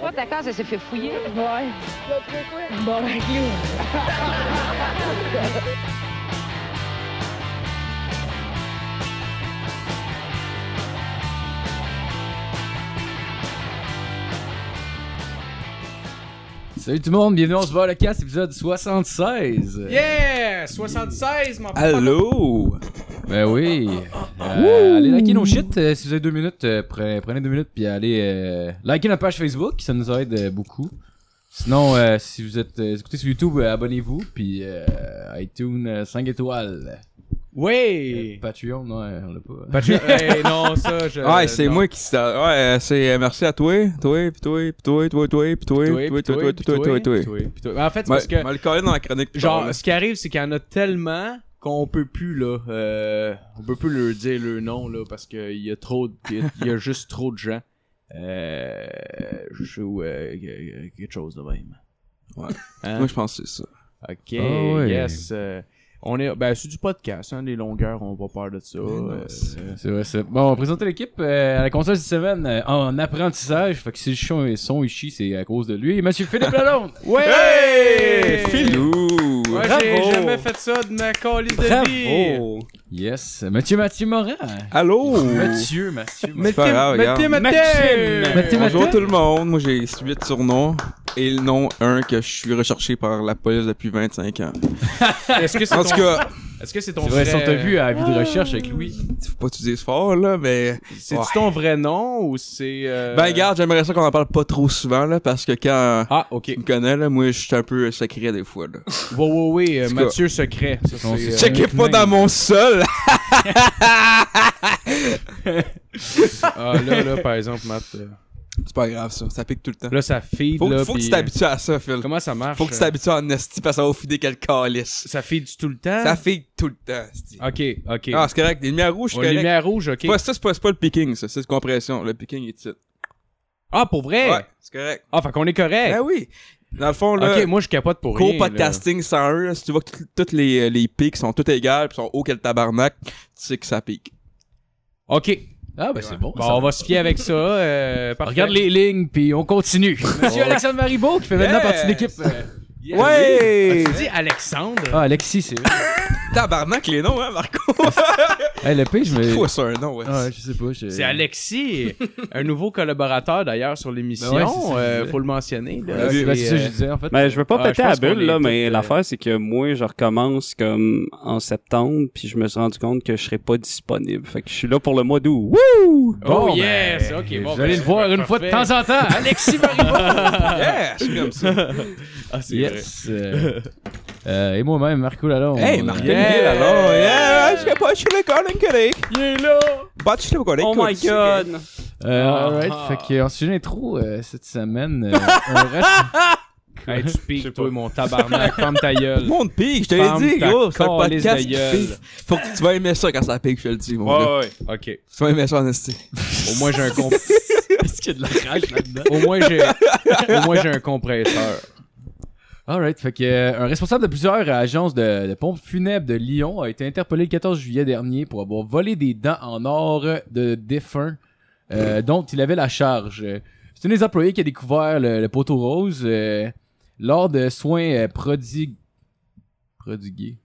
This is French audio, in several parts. Toi, ta case, elle s'est fait fouiller. Ouais. Bon, ben, clou. Salut tout le monde, bienvenue, on se voit à la casse, épisode 76. Yeah! 76, Ah. mon Allô? Ben oui. Euh, allez liker nos shit euh, si vous avez deux minutes, euh, pre- prenez deux minutes puis allez euh, liker notre page Facebook, ça nous aide euh, beaucoup. Sinon, euh, si vous êtes euh, écoutez sur YouTube, euh, abonnez-vous puis euh, iTunes euh, 5 étoiles. Oui! Patreon, non, euh, on l'a pas. Hey, non, ça, je. Ouais, c'est Euh, non. moi qui sta- Ouais, euh, c'est euh, merci à toi, toi, pis toi, pis toi, toi, toi, pis toi, Toi, toi, toi, toi, puis toi, toi, toi. puis puis toi. Ben, En fait, c'est Ma- parce que, ma le coller dans la chronique. plus tard, genre, là. ce qui arrive, c'est qu'il y en a tellement qu'on peut plus, là. euh, on peut plus leur dire leur nom, là, parce qu'il y a trop. de- Il y a- il y a juste trop de gens. Euh. Je suis. euh, quelque chose de même. Ouais. Hein? Moi, je pense que c'est ça. Ok, Ah ouais. yes. euh, on est. Ben, c'est du podcast, hein, les longueurs, on va peur de ça. euh, C'est vrai, c'est bon. On va présenter l'équipe euh, à la console cette semaine euh, en apprentissage. Fait que si le son, son il chie, c'est à cause de lui. Et Monsieur Philippe Lalonde. Ouais! Hey! Filou! Moi, Bravo! j'ai jamais fait ça de ma calice de vie. Bravo! Yes, Mathieu Mathieu Morin. Oh. Allô? Mathieu, Mathieu. Morin. C'est pas grave, Mathieu, regarde. Mathieu, Mathieu! Bonjour Mathieu. tout le monde, moi j'ai 8 surnoms et le nom un que je suis recherché par la police depuis 25 ans. Est-ce que c'est En tout ton, cas, est-ce que c'est ton C'est vrai, vrai, si on t'a vu à la vie de recherche avec Louis. faut pas que tu dises fort là, mais C'est Ouais. ton vrai nom ou c'est euh... ben garde, j'aimerais ça qu'on en parle pas trop souvent là parce que quand Ah, OK. Tu me connais, là, moi, je suis un peu secret des fois, là. Oui, oui, oui, euh, C'est quoi? Mathieu Secret. Ça, Bon, c'est, c'est euh, check. Checkez pas dans mon sol! Ah, là, là, par exemple, Matt. euh, C'est pas grave, ça. Ça pique tout le temps. Là, ça feed, Faut, là, faut que puis, tu t'habitues à ça, euh, Phil. Comment ça marche? Faut que tu euh, t'habitues à Nasty parce que ça va filer quel calice. Ça feed tout le temps? Ça fait tout le temps, c'ti. euh? OK, Ah. OK. Ah, c'est correct. Les lumières rouges, c'est Ouais, correct. lumière rouge, OK. Ouais, ça, c'est pas, c'est pas le picking, ça. C'est de compression. Le picking est titre. Ah, pour vrai? Ouais, c'est correct. Ah, fait qu'on est correct. Ben oui. Dans le fond, là. OK, moi, je capote pour rien. Cours là. podcasting 101, là, si tu vois que tout- toutes les, euh, les pics sont toutes égales pis sont hauts que le tabarnak, tu sais que ça pique. OK. Ah, ben c'est bon. Bon, ça. on va se fier avec ça. Euh, parfait. Regarde les lignes, puis on continue. Monsieur Alexandre Maribeau, qui fait maintenant Yeah. partie de l'équipe. euh, Ah, Ouais! Tu dis Alexandre? Ah, Alexis, c'est vrai. Tabarnak, les noms, hein, Marco? hey, le P, je me. Faut ça un nom, ouais. Ah, ouais, je sais pas. je- C'est Alexis, un nouveau collaborateur d'ailleurs sur l'émission. Ben ouais, c'est ça, je Euh, disais. faut le mentionner. là. Ouais, Ah, c'est C'est, ouais, c'est ça que je euh, disais, en fait. Ben, je veux pas Ah, je péter la pense qu'on bulle, est là, tous, mais euh, l'affaire, c'est que moi, je recommence comme en septembre, puis je me suis rendu compte que je serais pas disponible. Fait que je suis là pour le mois d'août. Wouh! Oh Bon, ben, yes, ok. Bon, Vous allez le voir une fois de temps en temps. ben, Alexis Maribeau. Yeah, je suis comme ça. Ah, c'est vrai. yes. euh, euh, et moi-même, Marco Lalonde. Hey, Marco Yeah. Hill, alors. Yeah, je sais pas, je suis le Colin Colic. Il est là! Bah, je suis le Colin Oh my god! Euh, Ah. alright, fait que en sujet d'intro, euh, cette semaine, euh, on reste. Hey, tu piques, toi, mon tabarnak. Ferme ta gueule. Monde pique, je te Ferme l'ai dit, ta gros. C'est un calice podcast de qui gueule. pique. Faut que tu vas aimer ça quand ça pique, je te le dis, mon gars. Ouais, ouais. Ok. Tu vas aimer ça, en esti. Au moins, j'ai un, comp- Est-ce qu'il y a de la rage là-dedans? Au moins, j'ai... Au moins, j'ai un compresseur. Alright, fait que euh, un responsable de plusieurs agences de, de pompes funèbres de Lyon a été interpellé le 14 juillet dernier pour avoir volé des dents en or de défunts euh, dont il avait la charge. Euh, C'est un des employés qui a découvert le, le poteau rose euh, lors de soins euh, prodigu- prodigués.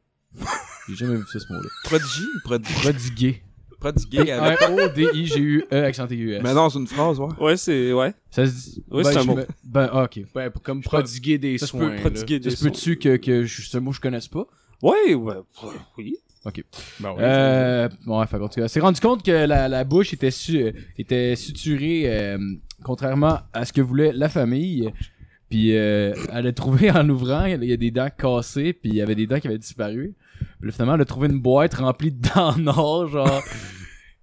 J'ai jamais vu ça ce mot-là. Prodigy, prodigy. Prodigués. Prodigué avec. R-O-D-i-g-u-e E, accent aigu S. Mais non, c'est une phrase, ouais. Ouais, c'est. Ouais. Ça se dit. Oui, c'est ben, un je mot. me- Ben, ah, ok. Ben, pour- comme prodiguer des Ça se soins. peut là. Prodiguer Ça des se peut-tu que, que je- ce mot je connaisse pas? sons. Ouais, ouais, ouais, oui. Ben oui. Euh, ouais, fait qu'on- en tout cas, s'est rendu compte que la, la bouche était, su- euh, était suturée, euh, contrairement à ce que voulait la famille. Puis euh, elle a trouvé en ouvrant, il y a des dents cassées, puis il y avait des dents qui avaient disparu. Puis là, finalement, elle a trouvé une boîte remplie de dents en or, genre,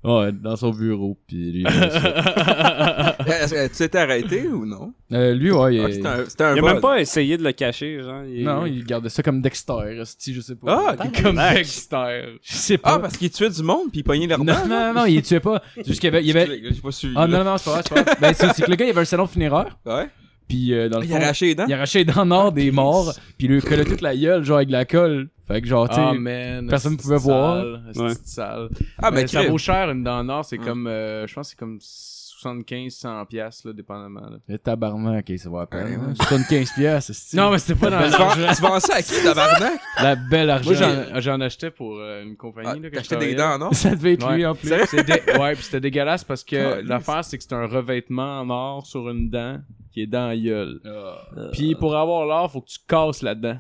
ouais, dans son bureau. Puis lui, euh, Est-ce que tu t'es arrêté ou non? Euh, lui ouais, il- Ah, C'était un, c'était un Il a vol. même pas essayé de le cacher, genre. il- non, il gardait ça comme Dexter, si je sais pas. Ah, ok. Comme Dexter. je sais pas. Ah, parce qu'il tuait du monde pis il pognait leur non, non, non, non, il tuait pas. C'est juste qu'il y avait- il y avait, J'ai pas suivi. Ah là. non, non, c'est pas vrai, c'est pas vrai. Ben, c'est c'est que le gars, il avait un salon funéraire, Ouais. puis euh, dans le Il fond, a arraché les dents. il arrachait les dents nord des morts, puis il lui collait toute la gueule, genre avec de la colle. Fait que genre, tu sais, Ah, man. personne c'est pouvait sale, voir. c'est Ouais. sale. Ah, mais ben, ça crime. vaut cher une dent en or, c'est Mm. comme euh, je pense que c'est comme s- 75-100$, piastres, là, dépendamment. là. Le tabarnak, ok, ça va à peine. Ouais, hein. ouais. 75 piastres, c'est Non, mais c'était pas dans Mais tu l'argent. vends- tu vends ça à qui, tabarnak? la belle argent. Moi, j'en- j'en achetais pour euh, une compagnie. Ah, là, que T'achetais je des travaillais. dents, non? Ça devait être lui Ouais. en plus. Sérieux? C'est dé- Ouais, puis c'était dégueulasse parce que Calice. l'affaire, c'est que c'est un revêtement en or sur une dent qui est dans la gueule. Euh, Puis pour avoir l'or, faut que tu casses la dent.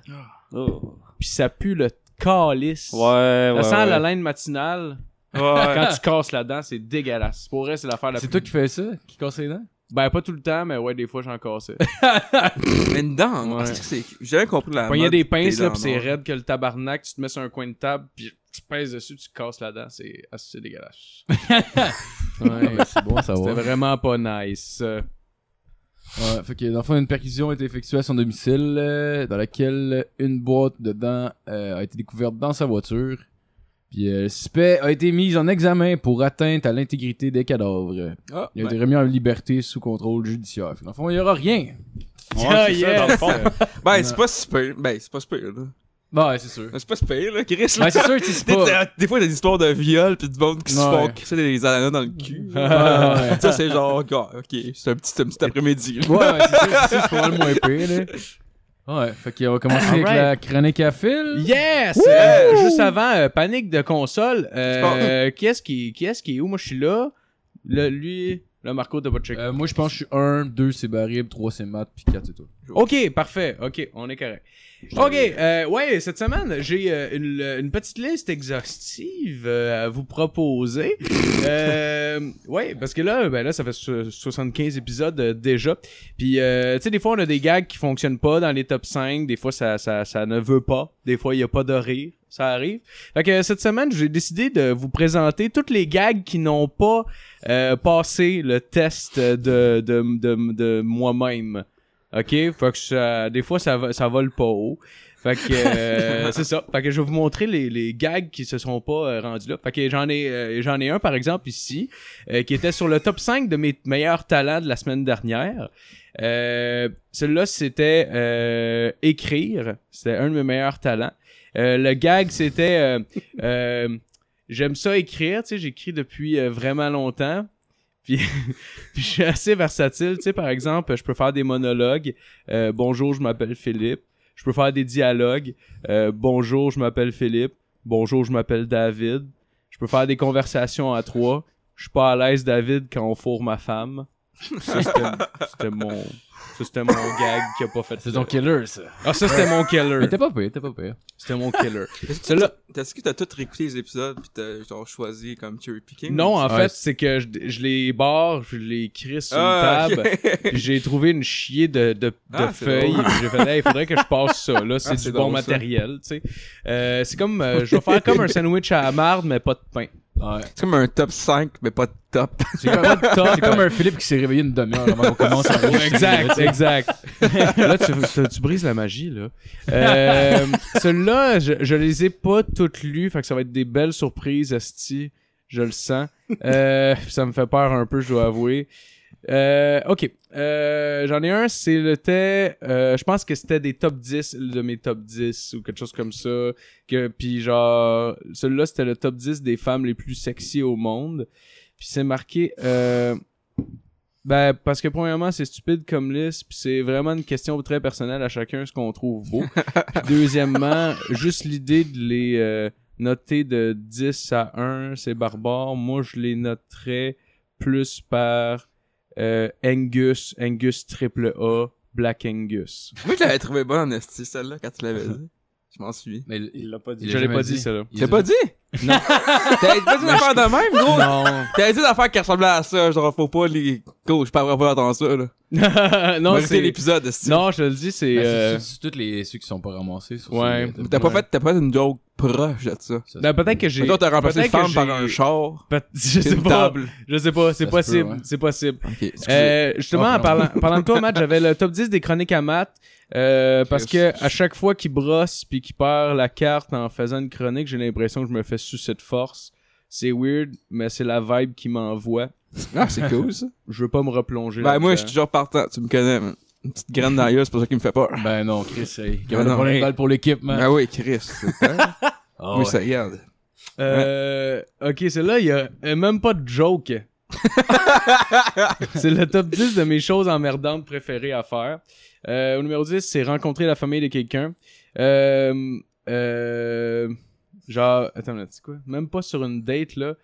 oh. Puis ça pue le calice. Ouais, ouais. Ça sent ouais. la laine matinale. Ouais. Quand tu casses la dent, c'est dégueulasse. Pour vrai, c'est l'affaire la C'est plus... toi qui fais ça? Qui casse les dents? Ben, pas tout le temps, mais ouais, des fois, j'en cassais. Mais une dent, non? Ouais. Est-ce que c'est- J'ai jamais compris la. Quand il y a mode des pinces, là, dents, pis c'est non? raide que le tabarnak, tu te mets sur un coin de table, pis tu pèses dessus, tu casses la dent. C'est assez dégueulasse. ouais, C'est bon à savoir. c'était vraiment pas nice. Euh, Ouais, fait que dans le fond, une perquisition a été effectuée à son domicile, euh, dans laquelle une boîte de dents euh, a été découverte dans sa voiture. Puis euh, le suspect a été mis en examen pour atteinte à l'intégrité des cadavres. Ah, Il a ben, été remis en liberté sous contrôle judiciaire. Fait que dans le fond, il n'y aura rien. Ah, Ouais, c'est Yeah, ça, dans le fond. ben, c'est pas super. Ben, c'est pas super, là. Bah, ouais, c'est sûr. Ben, C'est pas super, là. Chris, là. Ouais, c'est sûr que c'est Des, pas... des fois, il y a des histoires de viol pis du monde qui se Ouais. font crisser des ananas dans le cul. Ouais, ouais. Ça, c'est genre, gars, ok, c'est un petit, c'est un petit après-midi. là. Ouais, ouais, c'est sûr, c'est sûr, c'est pas le moins pire, là. Ouais, fait qu'on va commencer avec la chronique à fil. Yes! Euh, juste avant, euh, panique de console. Euh, qui est-ce qui, qui est-ce qui est où? Moi, je suis là. Le, lui, le Marco, t'as pas checké. Euh, moi, je pense que je suis 1, 2, c'est Barib, 3, c'est Matt, puis 4, c'est toi. Ok, parfait. Ok, on est correct. Ok, euh, ouais, cette semaine, j'ai euh, une, une petite liste exhaustive euh, à vous proposer. euh, ouais, parce que là, ben là, ça fait so- 75 épisodes euh, déjà. Puis, euh, tu sais, des fois, on a des gags qui fonctionnent pas dans les top 5. Des fois, ça, ça, ça ne veut pas. Des fois, il y a pas de rire. Ça arrive. Fait que euh, cette semaine, j'ai décidé de vous présenter toutes les gags qui n'ont pas euh, passé le test de, de, de, de moi-même. OK? Fait que ça, des fois, ça, va- ça vole pas haut. Fait que euh, c'est ça. Fait que je vais vous montrer les, les gags qui se sont pas euh, rendus là. Fait que j'en ai euh, j'en ai un par exemple ici euh, qui était sur le top 5 de mes meilleurs talents de la semaine dernière. Euh, celui-là c'était euh, écrire, c'était un de mes meilleurs talents. Euh, le gag c'était euh, euh, j'aime ça écrire, tu sais, j'écris depuis euh, vraiment longtemps. Puis, puis je suis assez versatile, tu sais, par exemple, je peux faire des monologues. Euh, bonjour, je m'appelle Philippe. Je peux faire des dialogues. Euh, bonjour, je m'appelle Philippe. Bonjour, je m'appelle David. Je peux faire des conversations à trois. Je suis pas à l'aise, David, quand on fourre ma femme. Ça, c'était c'était mon, ça, c'était mon gag qui a pas fait. C'est ton killer, ça. Ah, ça, c'était mon Mais killer. t'es pas pire, t'es pas pire. C'était mon killer. Est-ce que Celui-là, t'as- Est-ce que t'as tout réécouté les épisodes pis t'as genre choisi comme cherry picking? non, en Ouais, fait, c'est que je, je les barre, je les crisse sur Ah, une table. Puis j'ai trouvé une chier de, de, de Ah, c'est feuilles. drôle. Puis J'ai fait, Hey, il faudrait que je passe ça. Là, c'est Ah, du c'est bon drôle, ça. matériel, tu sais. Euh, c'est comme, euh, je vais faire comme un sandwich à la marde, mais pas de pain. Ouais. C'est comme un top 5, mais pas de top. C'est comme, c'est comme un Philippe qui s'est réveillé une demi-heure avant qu'on commence à Ouais, exact, exact. là, tu, tu- tu brises la magie, là. Euh, Celui-là, je, je les ai pas toutes lues, fait que ça va être des belles surprises, Asti. Je le sens. Euh, ça me fait peur un peu, je dois avouer. Euh, ok. Euh, J'en ai un, c'est le thé. euh, je pense que c'était des top 10 de mes top 10 ou quelque chose comme ça. Que, puis genre, celui-là, c'était le top 10 des femmes les plus sexy au monde. Puis c'est marqué... Euh, ben, parce que premièrement, c'est stupide comme liste, puis c'est vraiment une question très personnelle à chacun ce qu'on trouve beau. Puis deuxièmement, juste l'idée de les euh, noter de 10 à 1, c'est barbare. Moi, je les noterais plus par euh, Angus, Angus triple A, Black Angus. Moi, je l'avais trouvé bonne en esti, celle-là, quand tu l'avais dit. Je m'en suis. Mais Il il- l'a pas dit. il a Je l'ai jamais pas dit, ça, là. Il T'as a- pas dit? Non. T'avais pas dit une affaire de même, gros? Non. T'avais dit une affaire qui ressemblait à ça, genre, faut pas les. Go, je parlerai pas dans ça, là. non, Mériter c'est... l'épisode, esti. Non, je te le dis, c'est... Ben, euh, c'est- C'est tous les ceux qui sont pas ramassés. sur Ouais. ces- Mais T'as pas, fait- t'as pas fait une joke proche de ça. Ça, ben, peut-être que J'ai... j'ai... Toi, t'as remplacé une peut-être que femme par j'ai- un char, peut- Je sais une pas, table. je sais pas, c'est Ça se peut, possible, ouais. c'est possible. Ok, excusez. Oh, Euh, justement, Ah, en parlant, parlant de toi, Matt, j'avais le top 10 des chroniques à Matt. euh, parce que à chaque fois qu'il brosse puis qu'il perd la carte en faisant une chronique, j'ai l'impression que je me fais sucer de force. C'est weird, mais c'est la vibe qui m'envoie. Ah, c'est cool, ça. Je veux pas me replonger. Ben, moi, je là-dedans. suis toujours partant. Tu me connais, man. Une petite graine dans la gueule, c'est pour ça qu'il me fait peur. Ben non, Chris, hey, Ben non, on a hey. balle pour l'équipe, Ben man. oui, Chris. Hein? Ah oui, ça regarde. Euh, Ok, c'est là, il y a euh, même pas de joke. c'est le top 10 de mes choses emmerdantes préférées à faire. Euh, au numéro 10, c'est rencontrer la famille de quelqu'un. Euh, euh, genre, attends, là, tu sais quoi? Même pas sur une date, là.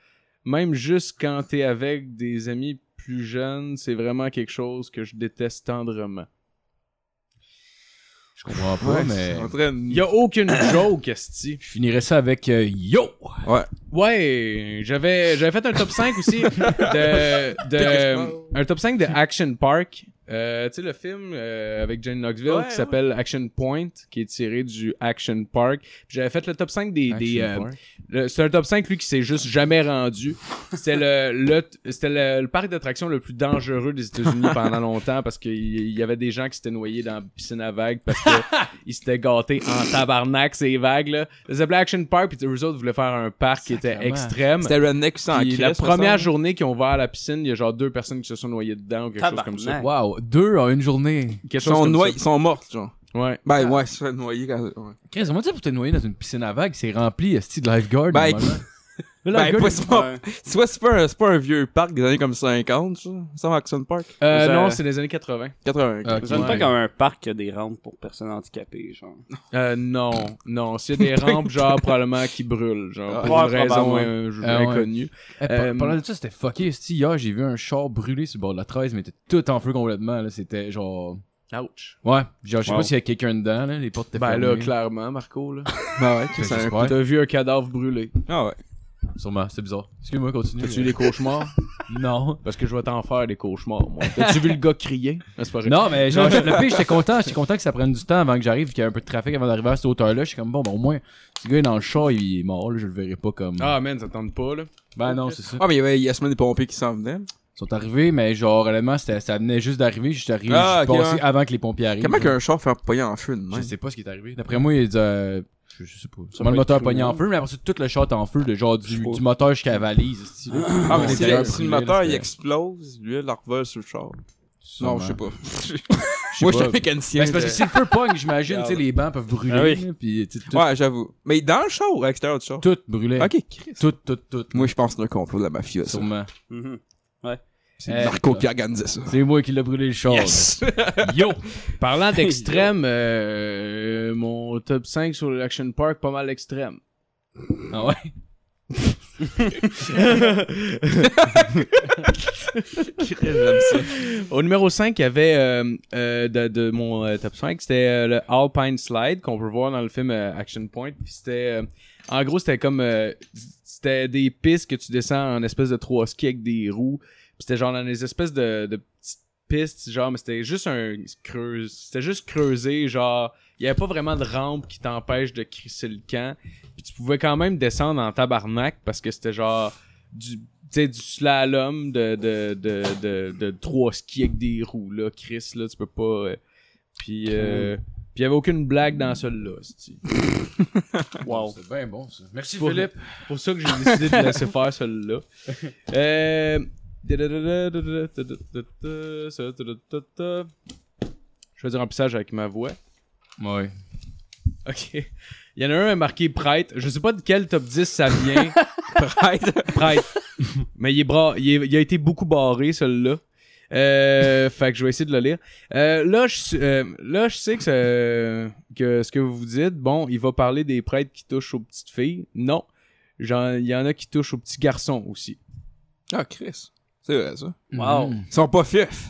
Même juste quand t'es avec des amis plus jeunes, c'est vraiment quelque chose que je déteste tendrement. Je comprends pas, mais. En train de- Y a aucune joke, esti. Je finirais ça avec euh, Yo! Ouais, j'avais j'avais fait un top 5 aussi de, de un top 5 de Action Park. Euh, tu sais le film euh, avec Jane Knoxville Ouais, qui ouais. s'appelle Action Point qui est tiré du Action Park. Puis J'avais fait le top 5 des, des euh, le- c'est un top 5 lui qui s'est juste jamais rendu. C'était le, le c'était le, le parc d'attractions le plus dangereux des États-Unis pendant longtemps parce qu'il il y avait des gens qui s'étaient noyés dans la piscine à vagues parce que ils s'étaient gâtés en tabarnak ces vagues là. Ça s'appelait Action Park puis eux autres voulaient faire un parc qui était Sacrément. extrême. C'était Redneck sans Puis crise, la me première semble. journée qu'ils ont ouvert la piscine, il y a genre deux personnes qui se sont noyées dedans ou quelque chose comme ça. Tabarnak. Wow! Deux en une journée. Quelque Ils chose sont comme Ah. noyés, ils sont morts, genre. ça. Ouais. Ben ouais, se fait noyer quand. ouais. Chris, comment tu fais pour te noyer dans une piscine à vagues? C'est rempli, esti de lifeguard. Ben, normalement. Le Ben, lifeguard, pas- il- c'est pas- tu vois, c'est pas, un- c'est pas un vieux parc des années comme 50, ça. Ça, Maxon Park. Euh, Ça- non, c'est des années 80. 80. Ah, Ça sonne Ouais. pas comme un parc qui a des rampes pour personnes handicapées, genre. Euh, non, non. S'il y a des rampes, genre, probablement qui brûlent. Genre, pour Ouais, une raison probablement. euh, je- Ah ouais. inconnue. Eh, par- Euh, parlant de ça, c'était fucké. esti. Hier, j'ai vu un char brûlé sur le bord de la 13, mais était tout en feu complètement. là. C'était genre. Ouch. Ouais, genre, je sais Wow. pas s'il y a quelqu'un dedans, là, les portes étaient Ben là, fermées. clairement, Marco, là. Ben ouais, Fait que c'est un. j'espère. T'as vu un cadavre brûlé. Ah ouais. Sûrement, c'est bizarre. Excuse-moi, continue. T'as-tu eu des cauchemars? Non. Parce que je vais t'en faire des cauchemars, moi. T'as-tu vu le gars crier? Ah, c'est pas vrai. Non, mais genre, j'ai- le pire, j'étais content, j'étais content que ça prenne du temps avant que j'arrive, qu'il y ait un peu de trafic avant d'arriver à cette hauteur-là. Je suis comme, bon, ben, au moins, ce gars est dans le char, il est mort, là, je le verrai pas comme. Ah, man, ça tente pas, là. ben non, c'est ça. Ah, mais il y avait Yasmin des pompiers qui s'en venaient. Ils sont arrivés, mais genre, honnêtement, c'était- ça venait juste d'arriver, je suis arrivé, Ah, je suis ok, passé ouais. avant que les pompiers arrivent. Comment qu'un char fait pogner en feu de Je même? sais pas ce qui est arrivé. D'après moi, il euh, je je sais pas. Sûrement le peut être moteur tout, pogné en hein. feu, mais après ça, tout le char est en feu, de genre du, Je sais pas. du moteur jusqu'à la valise. esti, là. Ah, mais Ouais, si, c'est le- un si brûlé, le moteur là, il c'était- explose, lui, il la revole sur le char. Sûrement. Non, je sais pas. sais Moi, je suis pas. un mécanicien. Mais c'est parce que si le feu pogne, j'imagine, tu sais, les bancs peuvent brûler, Ah oui. là, puis tu sais, tout, Ouais, j'avoue. Mais dans le char ou à l'extérieur du char? tout brûlait. Ok, Chris. Tout, tout, tout. Moi, je pense que c'est un complot de la mafia, ça. Sûrement. Mhm. C'est Euh, Eh, Marco putain. qui organisait ça. C'est moi qui l'ai brûlé le char. ben, Yo! Parlant d'extrême, euh, euh, mon top 5 sur l'Action Park, pas mal extrême. là. Ah ouais? Au numéro 5, il y avait euh, euh, de, de mon euh, top 5, c'était euh, le Alpine Slide qu'on peut voir dans le film euh, Action Point. Puis c'était, euh, en gros, c'était comme, euh, c'était des pistes que tu descends en espèce de trois skis avec des roues. Puis c'était genre dans des espèces de, de petites pistes, genre, mais c'était juste un creuse, c'était juste creusé, genre, il y avait pas vraiment de rampe qui t'empêche de crisser le camp. Puis tu pouvais quand même descendre en tabarnak parce que c'était genre du tu sais, du slalom de, de, de, de, de trois skis avec des roues, là, Chris, là, tu peux pas... euh, Puis, euh, puis il y avait aucune blague dans celle-là, c'ti. Wow. C'est bien bon, ça. Merci, Pour- Philippe. pour ça que j'ai décidé de laisser faire celle-là. Euh... Je vais dire un pissage avec ma voix. Ouais. Ok. Il y en a un marqué prêtre. Je sais pas de quel top 10 ça vient. prêtre. Prêtre. Mais il, est bra... il, est- il a été beaucoup barré, celui-là. Euh, fait que je vais essayer de le lire. Euh, là, je, suis- euh, là, je sais que, ça- que ce que vous vous dites, bon, il va parler des prêtres qui touchent aux petites filles. Non. Genre, il y en a qui touchent aux petits garçons aussi. Ah, Chris. C'est vrai, ça. Wow. Mhm. Ils sont pas fifs.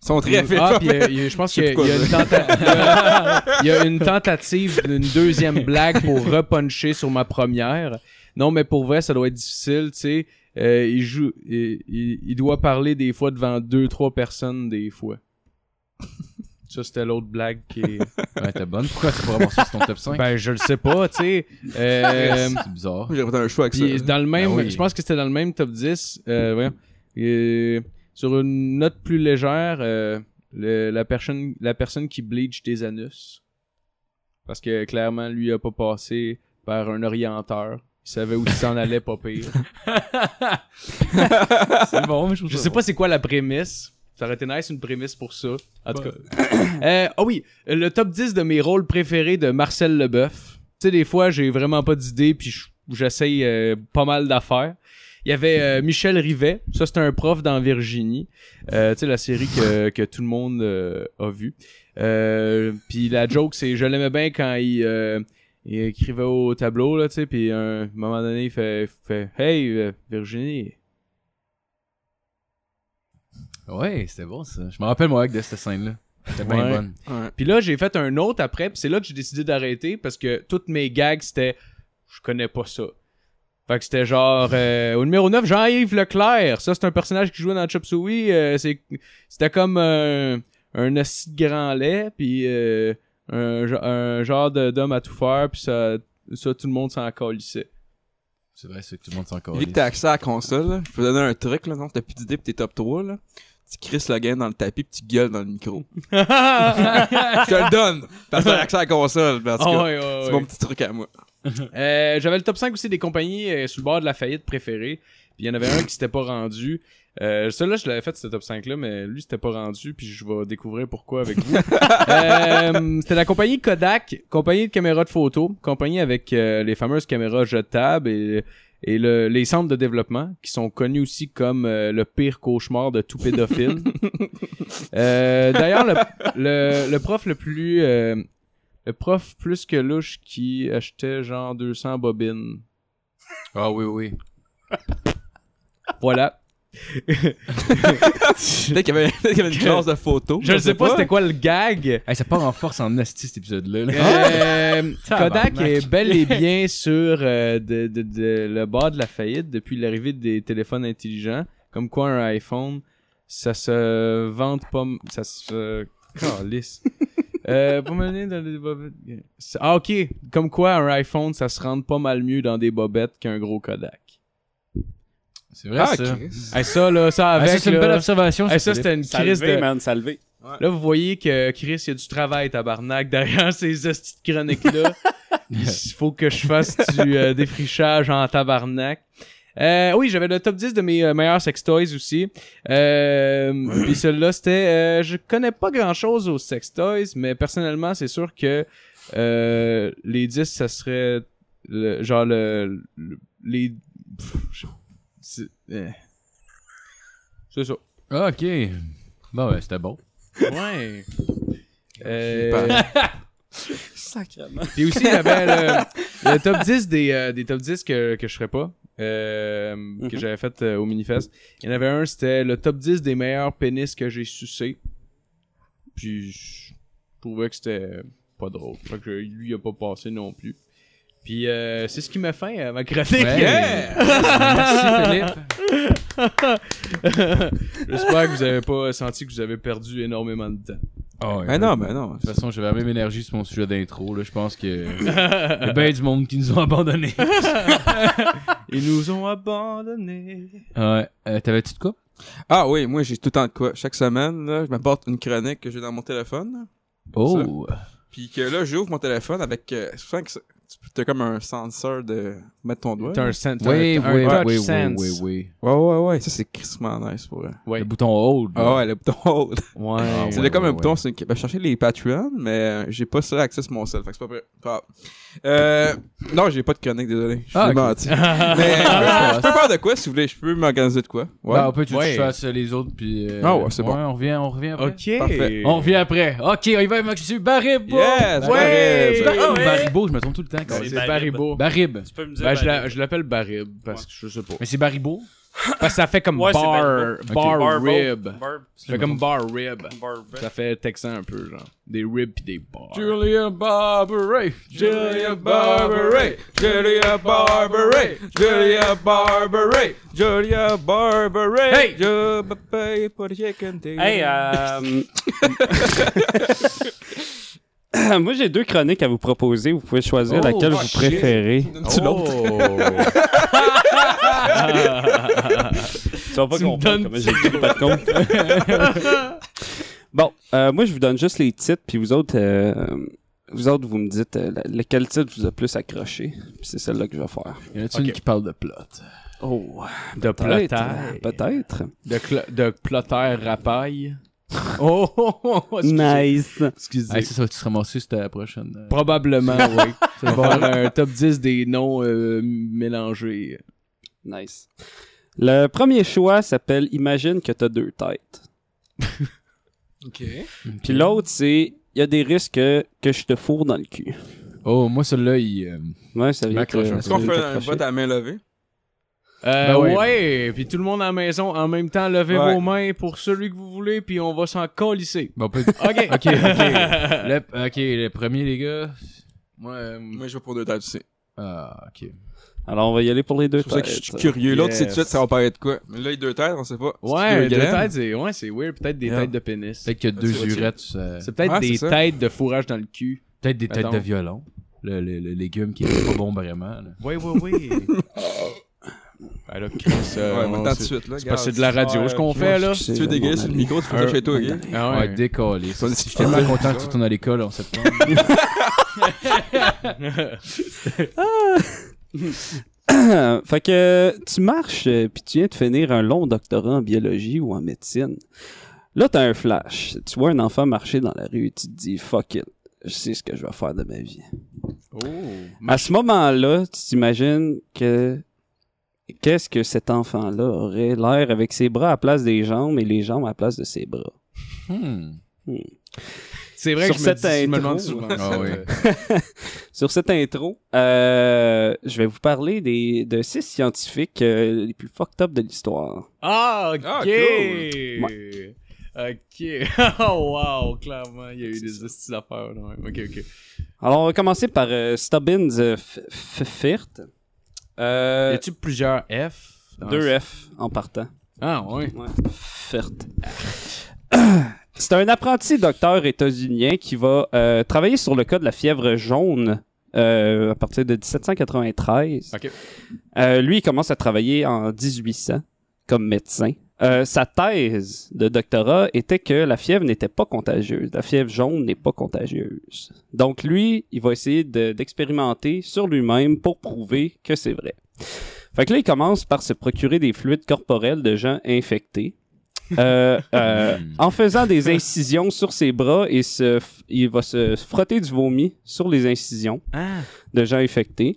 Ils sont très fifs. Ah, puis, euh, il y a- je pense Je qu'il y, sais a- pas il y a une tenta- il y a une tentative d'une deuxième blague pour repuncher sur ma première. Non, mais pour vrai, ça doit être difficile, tu sais. Euh, il joue, il, il- il doit parler des fois devant deux, trois personnes des fois. Ça, c'était l'autre blague qui est... Ouais, t'es bonne. Pourquoi c'est pas vraiment ça sur ton top 5? Ben, je le sais pas, tu sais. Euh, c'est bizarre. J'ai fait un choix avec ça. puis dans le même, Ben oui. je pense que c'était dans le même top 10. euh, voyons. Et sur une note plus légère, euh, le- la personne, la personne qui bleach des anus, parce que clairement lui a pas passé par un orienteur. Il savait où il s'en allait pas pire. C'est bon, mais je trouve Je ça sais bon. pas c'est quoi la prémisse. Ça aurait été nice une prémisse pour ça. En tout Ouais. cas. Euh, Ah oui, le top 10 de mes rôles préférés de Marcel Leboeuf. Tu sais, des fois, j'ai vraiment pas d'idée, puis je- j'essaye euh, pas mal d'affaires. Il y avait euh, Michel Rivet. Ça, c'était un prof dans Virginie. Euh, tu sais, la série que, que tout le monde euh, a vue. Euh, puis la joke, c'est je l'aimais bien quand il, euh, il écrivait au tableau, là, tu sais. Puis à un moment donné, il fait, il fait Hey, euh, Virginie. Ouais, c'était bon ça. Je me rappelle moi avec de cette scène-là. C'était bien Ouais. bonne. Ouais. Puis là, j'ai fait un autre après, puis c'est là que j'ai décidé d'arrêter parce que toutes mes gags, c'était je connais pas ça. Fait que c'était genre euh, au numéro 9, Jean-Yves Leclerc. Ça, c'est un personnage qui jouait dans Chop Suey. Euh, c'est- c'était comme un un assis de grand lait, puis euh, un, ge- un genre de- d'homme à tout faire, puis ça, ça, tout le monde s'en calissait. C'est vrai, c'est que tout le monde s'en Vu que t'as accès à la console, là, je peux donner un truc, là, non? T'as plus d'idée pis t'es top 3, là. Tu crisses le gain dans le tapis pis tu gueules dans le micro. je te le donne! Parce que t'as accès à la console, parce que Ah ouais, ouais, ouais. c'est mon petit truc à moi. Euh, j'avais le top 5 aussi des compagnies euh, sur le bord de la faillite préférées. Puis il y en avait un qui s'était pas rendu. Euh, celui-là, je l'avais fait, ce top 5-là, mais lui, c'était pas rendu. Puis je vais découvrir pourquoi avec vous. Euh, c'était la compagnie Kodak, compagnie de caméras de photo, compagnie avec euh, les fameuses caméras jetables et, et le- les centres de développement, qui sont connus aussi comme euh, le pire cauchemar de tout pédophile. Euh, d'ailleurs, le, le, le prof le plus... euh, le prof plus que louche qui achetait genre 200 bobines. Ah oui, oui. Voilà. Peut-être qu'il y avait, peut-être qu'il y avait une classe de photo. Je ne sais pas c'était quoi le gag. Hey, ça part en force en asti cet épisode-là. là. Euh, Hein? Tabarnak. Kodak est bel et bien sur euh, de, de- de- le bas de la faillite depuis l'arrivée des téléphones intelligents. Comme quoi un iPhone, ça se vante pas... m- Ça se... Calisse. Euh, pas mal dans les bobettes. Ah ok, comme quoi un iPhone, ça se rend pas mal mieux dans des bobettes qu'un gros Kodak. C'est vrai Ah, ça. Chris. Hey, ça là, ça Ah, avec... ça, c'est une là, belle observation. Hey, ça, ça, c'était une crise Salvé, de... man, salvé. Là, vous voyez que Chris, il y a du travail, tabarnak, derrière ces hosties de chroniques-là. Il faut que je fasse du euh, défrichage en tabarnak. Euh, oui, j'avais le top 10 de mes euh, meilleurs sextoys aussi. Euh, Puis celui-là, c'était... euh, je connais pas grand-chose aux sextoys, mais personnellement, c'est sûr que euh, les 10, ça serait... le- genre le... le- les... pff, je- c'est- euh. C'est ça. Ah, ok. Bon, ouais, c'était bon. Ouais. Super. Euh, Sacrément. puis aussi, il y avait le, le top 10 des, euh, des top 10 que, que je ferais pas, euh, que j'avais fait euh, au Minifest. Il y en avait un, c'était le top 10 des meilleurs pénis que j'ai sucé. Puis je trouvais que c'était pas drôle. Fait que lui, il a pas passé non plus. Puis euh, c'est ce qui m'a fait à ma chronique. Ouais. Merci Philippe. J'espère que vous avez pas senti que vous avez perdu énormément de temps. Ah, ouais, Ben non, ben non. De toute façon, j'avais la même énergie sur mon sujet d'intro. là. Je pense que il y a bien du monde qui nous ont abandonnés. Ils nous ont abandonnés. ouais. Euh, T'avais-tu de quoi? Ah oui, moi j'ai tout le temps de quoi. Chaque semaine, là, je m'apporte une chronique que j'ai dans mon téléphone. là. Oh! Puis que là, j'ouvre mon téléphone avec. Euh, je sens que c'est- tu- t'as comme un senseur de mettre ton doigt. T'as un sen- t'as un- Oui, oui, t'as un oui, touch oui, oui, sense. oui, oui. Ouais, ouais, ouais. Ça, c'est crissement nice pour eux. Ouais. Le bouton hold. là. Ah ouais, le bouton hold. Ouais. Ah, c'est ouais, là comme ouais, un ouais. bouton, c'est une- ben, je cherchais les Patreon, mais euh, j'ai pas ça accès sur mon cell. Fait que c'est pas prêt. Pas grave. Euh, non, j'ai pas de chronique, désolé. Je suis Ah, ok. menti. mais euh, je peux faire de quoi si vous voulez. Je peux m'organiser de quoi. Ouais. Bah, on peut tu Ouais. tu fasses euh, les autres, puis. euh, Ah ouais, c'est bon. On revient, on revient après. Ok. Parfait. On revient après. Ok, on y va, Monsieur Barib. Yes, Ouais. Barib. Barib. Ouais. Baribo, je me trompe tout le temps. quand C'est même. Barib. Baribo. Barib. Tu peux me dire. Ben, je l'a- je l'appelle Barib parce que je sais pas. Mais c'est Baribo. Parce que ça fait comme Ouais, c'est bar, Baribo. bar, rib. Barb. Ça fait comme bar rib. Barb. Ça fait texan un peu, genre. Des ribs pis des bars. Julia Barberay. Julia Barbary, Julia Barbary, Julia Barbary, Julia Barbary. Hey! Je me paye pour chicken dinner. Hey, euh... Moi, j'ai deux chroniques à vous proposer. Vous pouvez choisir Oh, laquelle oh, vous shit. préférez. Donne-tu l'autre? Oh! Tu vas pas Tu me comprendre donnes- comment j'ai pris pas de compte. bon, euh, moi, je vous donne juste les titres, puis vous autres, euh, vous autres, vous me dites euh, la- lequel titre vous a plus accroché. Puis c'est celle-là que je vais faire. Y en a-tu une Ok. qui parle de plot? Oh, De peut-être. plotaire. Peut-être. De, cl- de plotaire rapaille. Oh, oh, oh, oh, excusez. Nice. Excusez. Hey, ça, ça va-tu se ramasser c'était la prochaine? euh, Probablement, oui. Ça va faire un top 10 des noms euh, mélangés. Nice. Le premier choix s'appelle Imagine que t'as deux têtes. Ok. Euh, Puis l'autre, c'est Il y a des risques que, que je te fourre dans le cul. Oh, moi, celui-là, il. euh, Ouais, ça vient M'accroche un peu. Est-ce qu'on ça fait vient un t'accrocher. vote à main levée? Euh, Ben ouais. ouais. puis tout le monde à la maison, en même temps, levez Ouais. vos mains pour celui que vous voulez, puis on va s'en colisser. Bon, peut- Ok. Ok, ok. Le, euh, ok, le premier, les gars. Moi. euh, Moi, je vais pour deux têtes aussi. Ah, ok. Alors, on va y aller pour les deux C'est pour ça que je suis têtes. curieux. L'autre, c'est tout de Yes. suite, ça va paraître quoi? Mais là, les deux têtes, on sait pas. Ouais, C'est deux graines. têtes, c'est ouais, c'est weird. Peut-être des Yeah. têtes de pénis. Peut-être que deux c'est vrai, urettes, ça- Ah, C'est peut-être Ouais, des c'est ça. têtes de fourrage dans le cul. peut-être des têtes Mettons. de violon. Le, le- le légume qui est pas bon vraiment. là. Ouais, ouais, ouais. ben là, Chris, euh, Ouais, on- maintenant, tout de c'est suite, là. c'est pas c'est de la radio, ce qu'on fait, là. Tu veux dégueuler sur le micro, tu fais ça Euh, chez toi, ok? Ah Ouais, ouais. décoller. Je Ça, suis c'est- tellement content que tu retournes à l'école en septembre. fait que tu marches, euh, puis tu viens de finir un long doctorat en biologie ou en médecine. Là, t'as un flash. Tu vois un enfant marcher dans la rue et tu te dis fuck it, je sais ce que je vais faire de ma vie. Oh. À ce moment-là, tu t'imagines que qu'est-ce que cet enfant-là aurait l'air avec ses bras à la place des jambes et les jambes à la place de ses bras. Hmm. C'est vrai Sur que je me, cette dis- je me intro, demande souvent. Ah ça. oui. Sur cette intro, euh, je vais vous parler des, de six scientifiques euh, les plus fucked up de l'histoire. Ah, ok. Ah, cool. Ok. Oh, wow. Clairement, il y a eu des astuces d'affaires. là, ouais. Ok, ok. Alors, on va commencer par euh, Stubbins euh, F- F- Firth. Y Euh, a-tu plusieurs F dans ça? deux F en partant. Ah, ouais. Ouais, Firth. C'est un apprenti docteur états-unien qui va euh, travailler sur le cas de la fièvre jaune euh, à partir de 1793. Ok. Euh, lui, il commence à travailler en 1800 comme médecin. Euh, sa thèse de doctorat était que la fièvre n'était pas contagieuse. La fièvre jaune n'est pas contagieuse. Donc lui, il va essayer de- d'expérimenter sur lui-même pour prouver que c'est vrai. Fait que là, il commence par se procurer des fluides corporels de gens infectés. Euh, euh, en faisant des incisions sur ses bras, et se f- il va se frotter du vomi sur les incisions Ah. de gens infectés.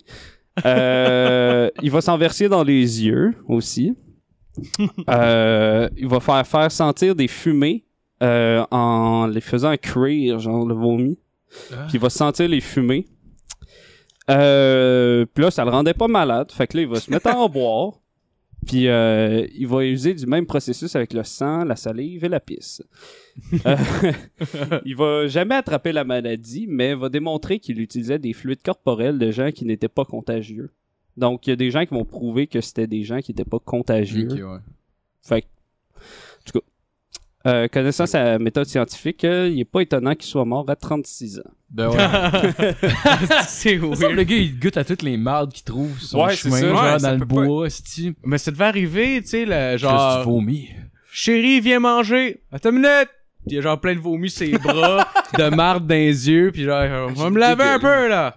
Euh, il va s'en verser dans les yeux aussi. Euh, il va faire faire sentir des fumées euh, en les faisant cuire, genre le vomi. Ah. Puis il va sentir les fumées. Euh, puis là, ça le rendait pas malade. Fait que là, il va se mettre à en boire. Puis euh, il va user du même processus avec le sang, la salive et la pisse. Euh, il va jamais attraper la maladie, mais va démontrer qu'il utilisait des fluides corporels de gens qui n'étaient pas contagieux. Donc, il y a des gens qui vont prouver que c'était des gens qui n'étaient pas contagieux. Ok, ouais. Fait que, en tout cas, euh, connaissant sa méthode scientifique, euh, il n'est pas étonnant qu'il soit mort à 36 ans. Ben ouais. c'est Ça semble weird. le gars, il goûte à toutes les mardes qu'il trouve sur Ouais, le c'est chemin, ça. genre Ouais, ça dans le peut pas- bois, sti. Mais ça devait arriver, tu sais, le Genre... du genre. vomi. Chérie, viens manger. Attends une minute. Il y a genre plein de vomi sur ses bras, de marde dans les yeux, puis genre, on va me laver un peu, là.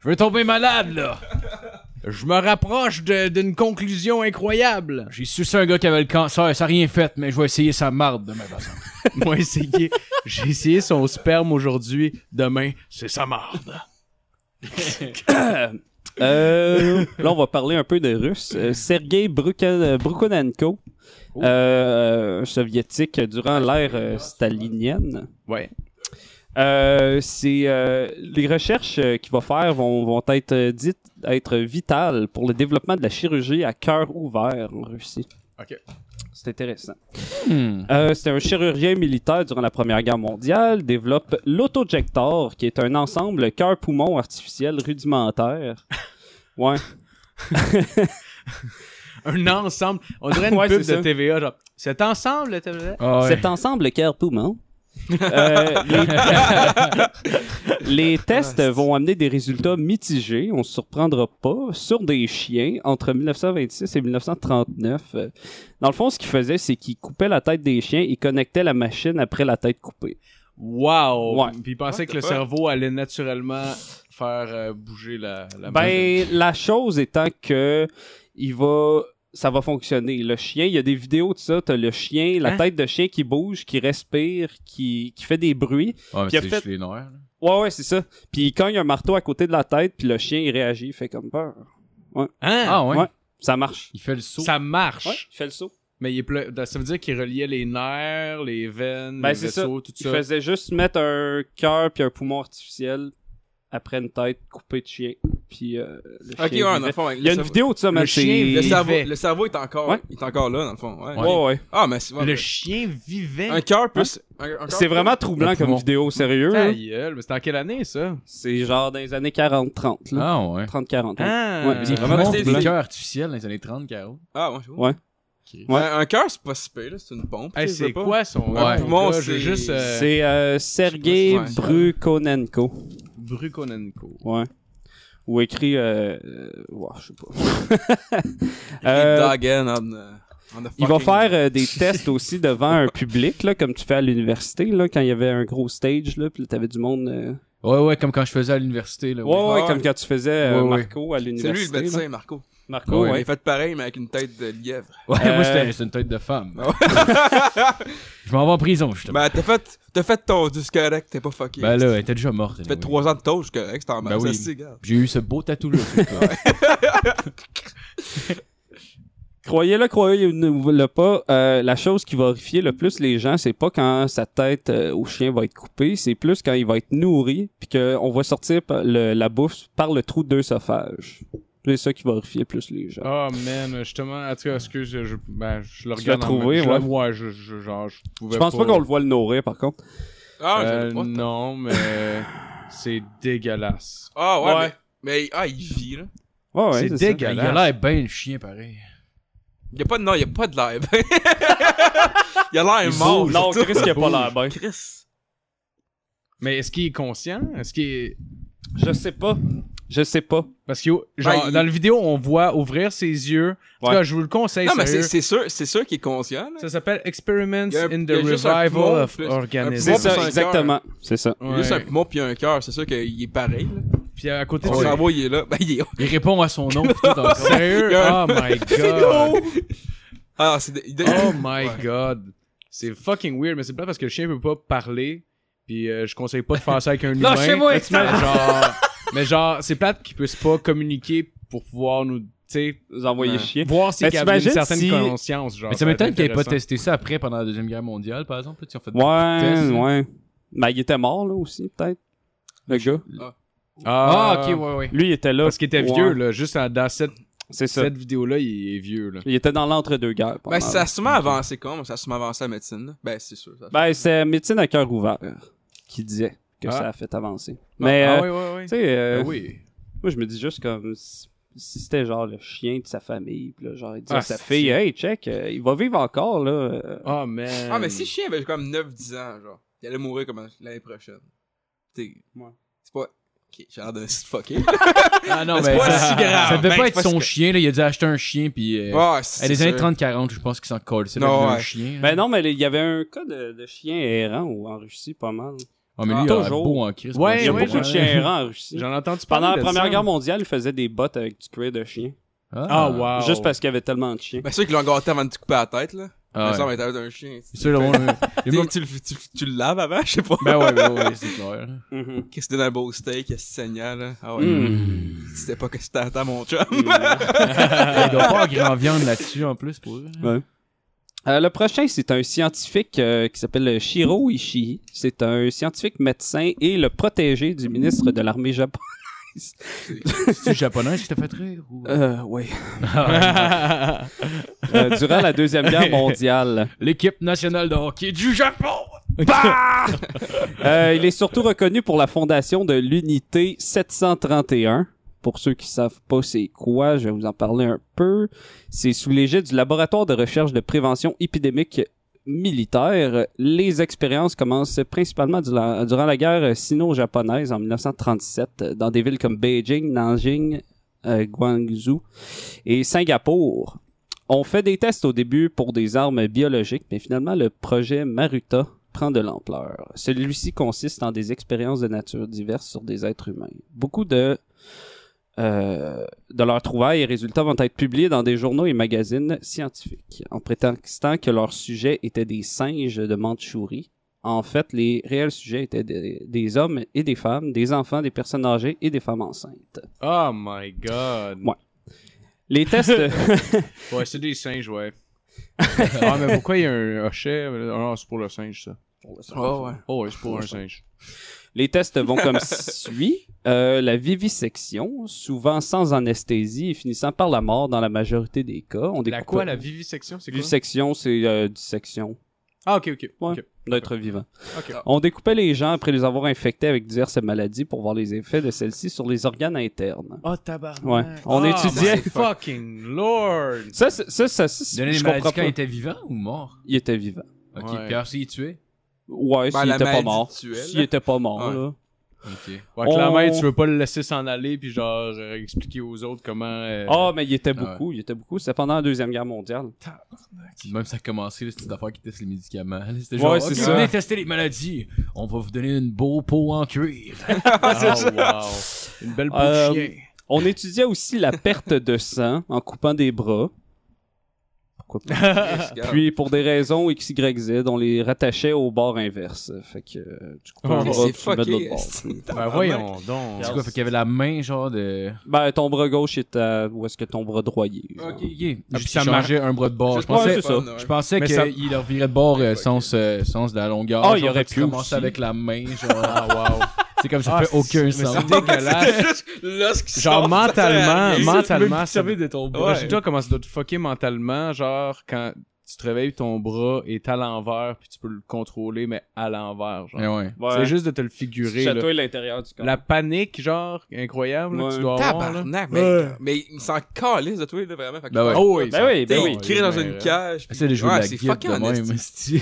Je veux tomber malade, là! Je me rapproche de- d'une conclusion incroyable. J'ai sucé un gars qui avait le cancer, ça a rien fait, mais je vais essayer sa marde demain façon. Moi, essayé. J'ai essayé son sperme aujourd'hui. Demain, c'est sa marde. Euh, là, on va parler un peu de Russes. Euh, Sergei Bruka- Brukonenko, euh, un soviétique durant l'ère euh, stalinienne. Ouais. Euh, c'est euh, les recherches euh, qu'il va faire vont, vont être euh, dites être vitales pour le développement de la chirurgie à cœur ouvert en Russie. Ok. C'est intéressant. Euh, c'est un chirurgien militaire durant la Première Guerre mondiale, développe l'autojector, qui est un ensemble cœur-poumon artificiel rudimentaire. Ouais. Un ensemble. On dirait une Ouais, pub de c'est ça. TVA, genre. Cet ensemble, le TVA. Ah ouais. Cet ensemble cœur-poumon. euh, les... les tests vont amener des résultats mitigés, on se surprendra pas, sur des chiens entre 1926 et 1939. Euh, Dans le fond, ce qu'ils faisaient, c'est qu'ils coupaient la tête des chiens et connectaient la machine après la tête coupée. Wow! Ouais. Puis il pensait What que the le fuck? cerveau allait naturellement faire euh, bouger la, la Ben, la chose étant que il va, ça va fonctionner. Le chien, il y a des vidéos de ça. T'as le chien, la Hein? tête de chien qui bouge, qui respire, qui, qui fait des bruits. Ah, mais Puis c'est a fait- juste les nerfs. là. Ouais, ouais, c'est ça. Puis quand il y a un marteau à côté de la tête, puis le chien, il réagit, il fait comme peur. Hein? Ah ouais? Ouais. Ça marche. Il fait le saut. Ça marche. Ouais, il fait le saut. Mais il est plein- Ça veut dire qu'il reliait les nerfs, les veines, Ben, les c'est ça. vaisseaux, tout Il ça. faisait juste mettre un cœur puis un poumon artificiel après une tête coupée de chien. Puis euh, le Ok, ouais, chien dans vivait. le fond. Il y a une vidéo de ça, mais chien c'est- Le il cerveau, fait. le cerveau est encore, Ouais. il est encore là, dans le fond. Ouais. Ouais, ouais. Ah, mais c'est ouais, Le mais- chien vivait. Un cœur plus. un- un C'est cœur- vraiment troublant Le comme poumon. vidéo, sérieux. Ta là. gueule, mais c'était en quelle année, ça? C'est genre dans les années 40-30. là. hein. Ah ouais. 30-40. ouais. Ah! Ouais, Des c'est vraiment poumons, resté des blanc. cœurs artificiels dans les années 30, Caro. Ah, ouais, je vois. Ben, Ouais. Ouais. Un, un cœur, c'est pas si pire, là, c'est une pompe. Hey, tu sais, je c'est sais pas. quoi son Ouais. nom, Poumon, là? Je veux c'est- juste euh, C'est euh, Sergei Ouais. Brukonenko. Brukonenko. Ouais. Ou écrit. Euh... euh, ouais, je sais pas. Il Euh, Dagen on, the- on the Il va fucking- faire euh, des tests aussi devant un public, là, comme tu fais à l'université, là, quand il y avait un gros stage, là, puis t'avais du monde. euh, Ouais, ouais, comme quand je faisais à l'université. Là, Ouais, ouais, ouais. comme quand tu faisais euh, Ouais, ouais. Marco à C'est lui l'université. le là. médecin, Marco. Marco, Il ouais. est fait pareil, mais avec une tête de lièvre. Ouais, Euh, moi, c'était c'est une tête de femme. je m'en vais en prison, justement. Ben, t'as fait, t'as fait ton disque correct, t'es pas fucké. Ben, là, Tu elle était déjà morte. fais anyway. trois ans de taux, correct, c'est en Ben masse, oui. c'est gars. J'ai eu ce beau tatou-là. sur le corps. Croyez-le, croyez-le pas. euh, la chose qui va horrifier le plus les gens, c'est pas quand sa tête euh, au chien va être coupée, c'est plus quand il va être nourri, puis qu'on va sortir par le- la bouffe par le trou d'œsophage. C'est ça qui va horrifier plus les gens. Oh man, justement, en tout cas, excuse, je, ben, je le Tu regarde. l'as en- trouvé, je le- ouais. je, je, genre, je pouvais Je pense pas qu'on le voit le nourrir, par contre. Ah, je Euh, le vois, t'as- non, mais c'est dégueulasse. Ah, ouais, Ouais. Mais, mais- ah, il vit, là. Ouais, Ah ouais, c'est c'est ça. Il dégueulasse. a l'air bien le chien, pareil. Il y a pas de, non, il y a pas de l'air. il a l'air Il mort. bouge. Non, surtout. Chris, il a pas l'air bien. Chris. Mais est-ce qu'il est conscient? Est-ce qu'il est... Je sais pas. Je sais pas. Parce que, genre, Ben, il- dans la vidéo, on voit ouvrir ses yeux. En tout Ouais. cas, je vous le conseille, Non, mais sérieux. c'est- c'est sûr, c'est sûr qu'il est conscient, là. Ça s'appelle Experiments Il y a un- in il y a the juste un Revival poumon, of plus- un Organism. C'est poumon, plus ça, un exactement. C'est ça. Il y a juste un Oh, Ouais. poumon puis un cœur, c'est sûr qu'il est pareil, là. Puis à côté de Son ça, cerveau, il est là. Ben, il est. Il répond à son nom. pis tout encore. Sérieux? Il y Oh a my god. Ah, c'est. il- Oh my Ouais. god. C'est fucking weird, mais c'est pas parce que le chien peut pas parler. Puis euh, je conseille pas de faire ça avec un humain. Lâchez-moi, mais, genre, mais genre, c'est plate qu'ils puissent pas communiquer pour pouvoir nous, tu sais, Vous envoyez Ouais. chier. voir si Mais il y a une t'imagines certaine si- conscience. Genre, Mais ça va être m'étonne qu'il ait pas intéressant. testé ça après, pendant la Deuxième Guerre mondiale, par exemple. là, tu sais, on fait Ouais, tests, là. ouais. Ben, il était mort, là, aussi, peut-être. Le gars. Ah, Ah, ok, ouais, ouais. Lui, il était là. Parce qu'il était Ouais. vieux, là. Juste en- dans cette, C'est ça. cette vidéo-là, il est vieux, là. Il était dans l'entre-deux-guerres. pas Ben, mal. ça a sûrement avancé quand même, ça a sûrement avancé la médecine, là. Ben, c'est sûr. ça. Ben, c'est médecine à cœur ouvert qui disait que Ah. ça a fait avancer. Mais, ah, euh, oui, oui, oui. tu sais, euh, Ah oui. moi, je me dis juste comme si si c'était genre le chien de sa famille, puis là, genre, il disait Ah, à sa c'est- fille, hey, check, euh, il va vivre encore, là. euh, Oh man. Ah, mais si le chien avait comme 9-10 ans, genre, il allait mourir comme l'année prochaine. T'sais. Ouais. C'est pas. Ok, j'ai l'air d'un site fucké. Ah non, Mais mais c'est pas ça, si grave. ça devait Ben, pas c'est être pas son si- chien, là. Il a dû acheter un chien, puis euh, Ouais, à c'est. les sûr. années 30-40, je pense qu'il s'en colle. C'est Non, un ouais. chien. Ben non, mais il y avait un cas de, de chien errant ou en Russie, pas mal. Oh, mais Ah, lui, il a toujours. beau en crise. Ouais, Il y a ouais, beaucoup de Eh j'en- chiens errants en Russie. J'en ai entendu Pendant parler la de Première ça. Guerre mondiale, ils faisaient des bottes avec du cuir de chien. Euh, Ah, wow. Juste parce qu'il y avait tellement de chiens. Ben, c'est sûr qu'ils l'ont gâté avant de te couper la tête, là. Ah, Ben, Ça ouais. va être un chien. C'est sûr, le monde- euh, Tu sais, tu, le- tu, tu le laves avant, je sais pas. Ben ouais, ouais, ouais, c'est clair. Mhm. Ben, Qu'est-ce que tu donnes un beau steak, qu'est-ce que saignant, là. Ah ouais. Hmm. Mm. C'était pas que c'était à ta mon chum. Ah, Il doit pas avoir grand viande là-dessus, en plus, pour eux. Euh, le prochain, c'est un scientifique euh, qui s'appelle Shiro Ishii. C'est un scientifique médecin et le protégé du ministre de l'armée japonaise. C'est japonais qui t'a fait rire ou... Euh, oui. Ah, Euh, durant la Deuxième Guerre mondiale. L'équipe nationale de hockey du Japon! Bah! Euh, il est surtout reconnu pour la fondation de l'unité 731. Pour ceux qui savent pas c'est quoi, je vais vous en parler un peu. C'est sous l'égide du laboratoire de recherche de prévention épidémique militaire. Les expériences commencent principalement du- durant la guerre sino-japonaise en 1937 dans des villes comme Beijing, Nanjing, euh, Guangzhou et Singapour. On fait des tests au début pour des armes biologiques, mais finalement le projet Maruta prend de l'ampleur. Celui-ci consiste en des expériences de nature diverses sur des êtres humains. Beaucoup de, euh, de leurs trouvailles et résultats vont être publiés dans des journaux et magazines scientifiques, en prétextant que leurs sujets étaient des singes de Mandchourie. En fait, les réels sujets étaient des, des hommes et des femmes, des enfants, des personnes âgées et des femmes enceintes. Oh my Oh god. Ouais. Les tests. Ouais, c'est des singes, ouais. ah, mais pourquoi il y a un hochet Ah non, c'est pour le singe, ça. Ah, Oh, ouais. Oh, ouais, c'est pour un singe. Les tests vont comme suit. Euh, la vivisection, souvent sans anesthésie et finissant par la mort dans la majorité des cas. On La découpe- quoi, la vivisection, c'est quoi Vivisection, c'est euh, dissection Ah, ok, ok. Ouais. ok. d'être vivant. Ok. On découpait les gens après les avoir infectés avec diverses maladies pour voir les effets de celles-ci sur les organes internes. Oh, tabarnak. Ouais. On Ah, étudiait- my fucking lord. Ça, c'est- ça, ça, ça, Donner je les comprends maladies pas. quand il était vivant ou mort Il était vivant. Ok, Ouais. puis alors s'il est tué Ouais, Ben, s'il la était pas maladie mort. actuelle. S'il était pas mort, Ouais. là. Ok. Ouais, On- clairement, tu veux pas le laisser s'en aller, puis genre, euh, expliquer aux autres comment. euh, Ah, mais il était Ah ouais. beaucoup, il était beaucoup. C'était pendant la Deuxième Guerre mondiale. Même ça a commencé, là, cette affaire qui teste les médicaments. là. C'était genre, Ouais, c'est Ok, ça. venez tester les maladies. On va vous donner une beau peau en cuir. Ah, wow. Une belle peau Euh, de chien. On étudiait aussi la perte de sang en coupant des bras. Pourquoi pas? Puis pour des raisons X, Y, Z, on les rattachait au bord inverse. Fait que euh, tu coupes Oh, un Mais bras, c'est puis tu le mets de fucké. l'autre bord. esti. Ben voyons donc. C'est quoi, fait qu'il y avait la main, genre de. Ben, ton bras gauche est à... Où est-ce que ton bras droit il est? genre. Ok, ok. Ah, puis Juste ça changer marche. un bras de bord. Ouais, Je pensais, c'est ça. ouais. je pensais Mais ça- qu'il leur virait de bord euh, sens, euh, sens de la longueur. Ah, il genre, aurait fait que pu Tu commences aussi. avec la main, genre. Ah, wow. c'est comme ça Ah, fait aucun mais sens. C'est dégueulasse. Là, ce qui Genre sort, mentalement, ça, mentalement, ça savez de ton bras. Je sais déjà comment ça doit te fucker mentalement, genre quand tu te réveilles, ton bras est à l'envers, puis tu peux le contrôler, mais à l'envers, genre. Ouais, Eh ouais. Ouais. C'est juste de te le Tu figurer, là. chatouilles l'intérieur du corps. La panique, genre, incroyable, là, que Ouais. tu dois avoir, là. Tabarnak, mais, Ouais. mais il s'en calisse de toi, là, vraiment. Fait que- Ben ouais. Oh oui, Ben ça- oui, ben T'sais, oui. il crie dans Ouais. une cage. puis- Essaye de jouer Ouais, de la c'est guide fucking de même. honnête. esti.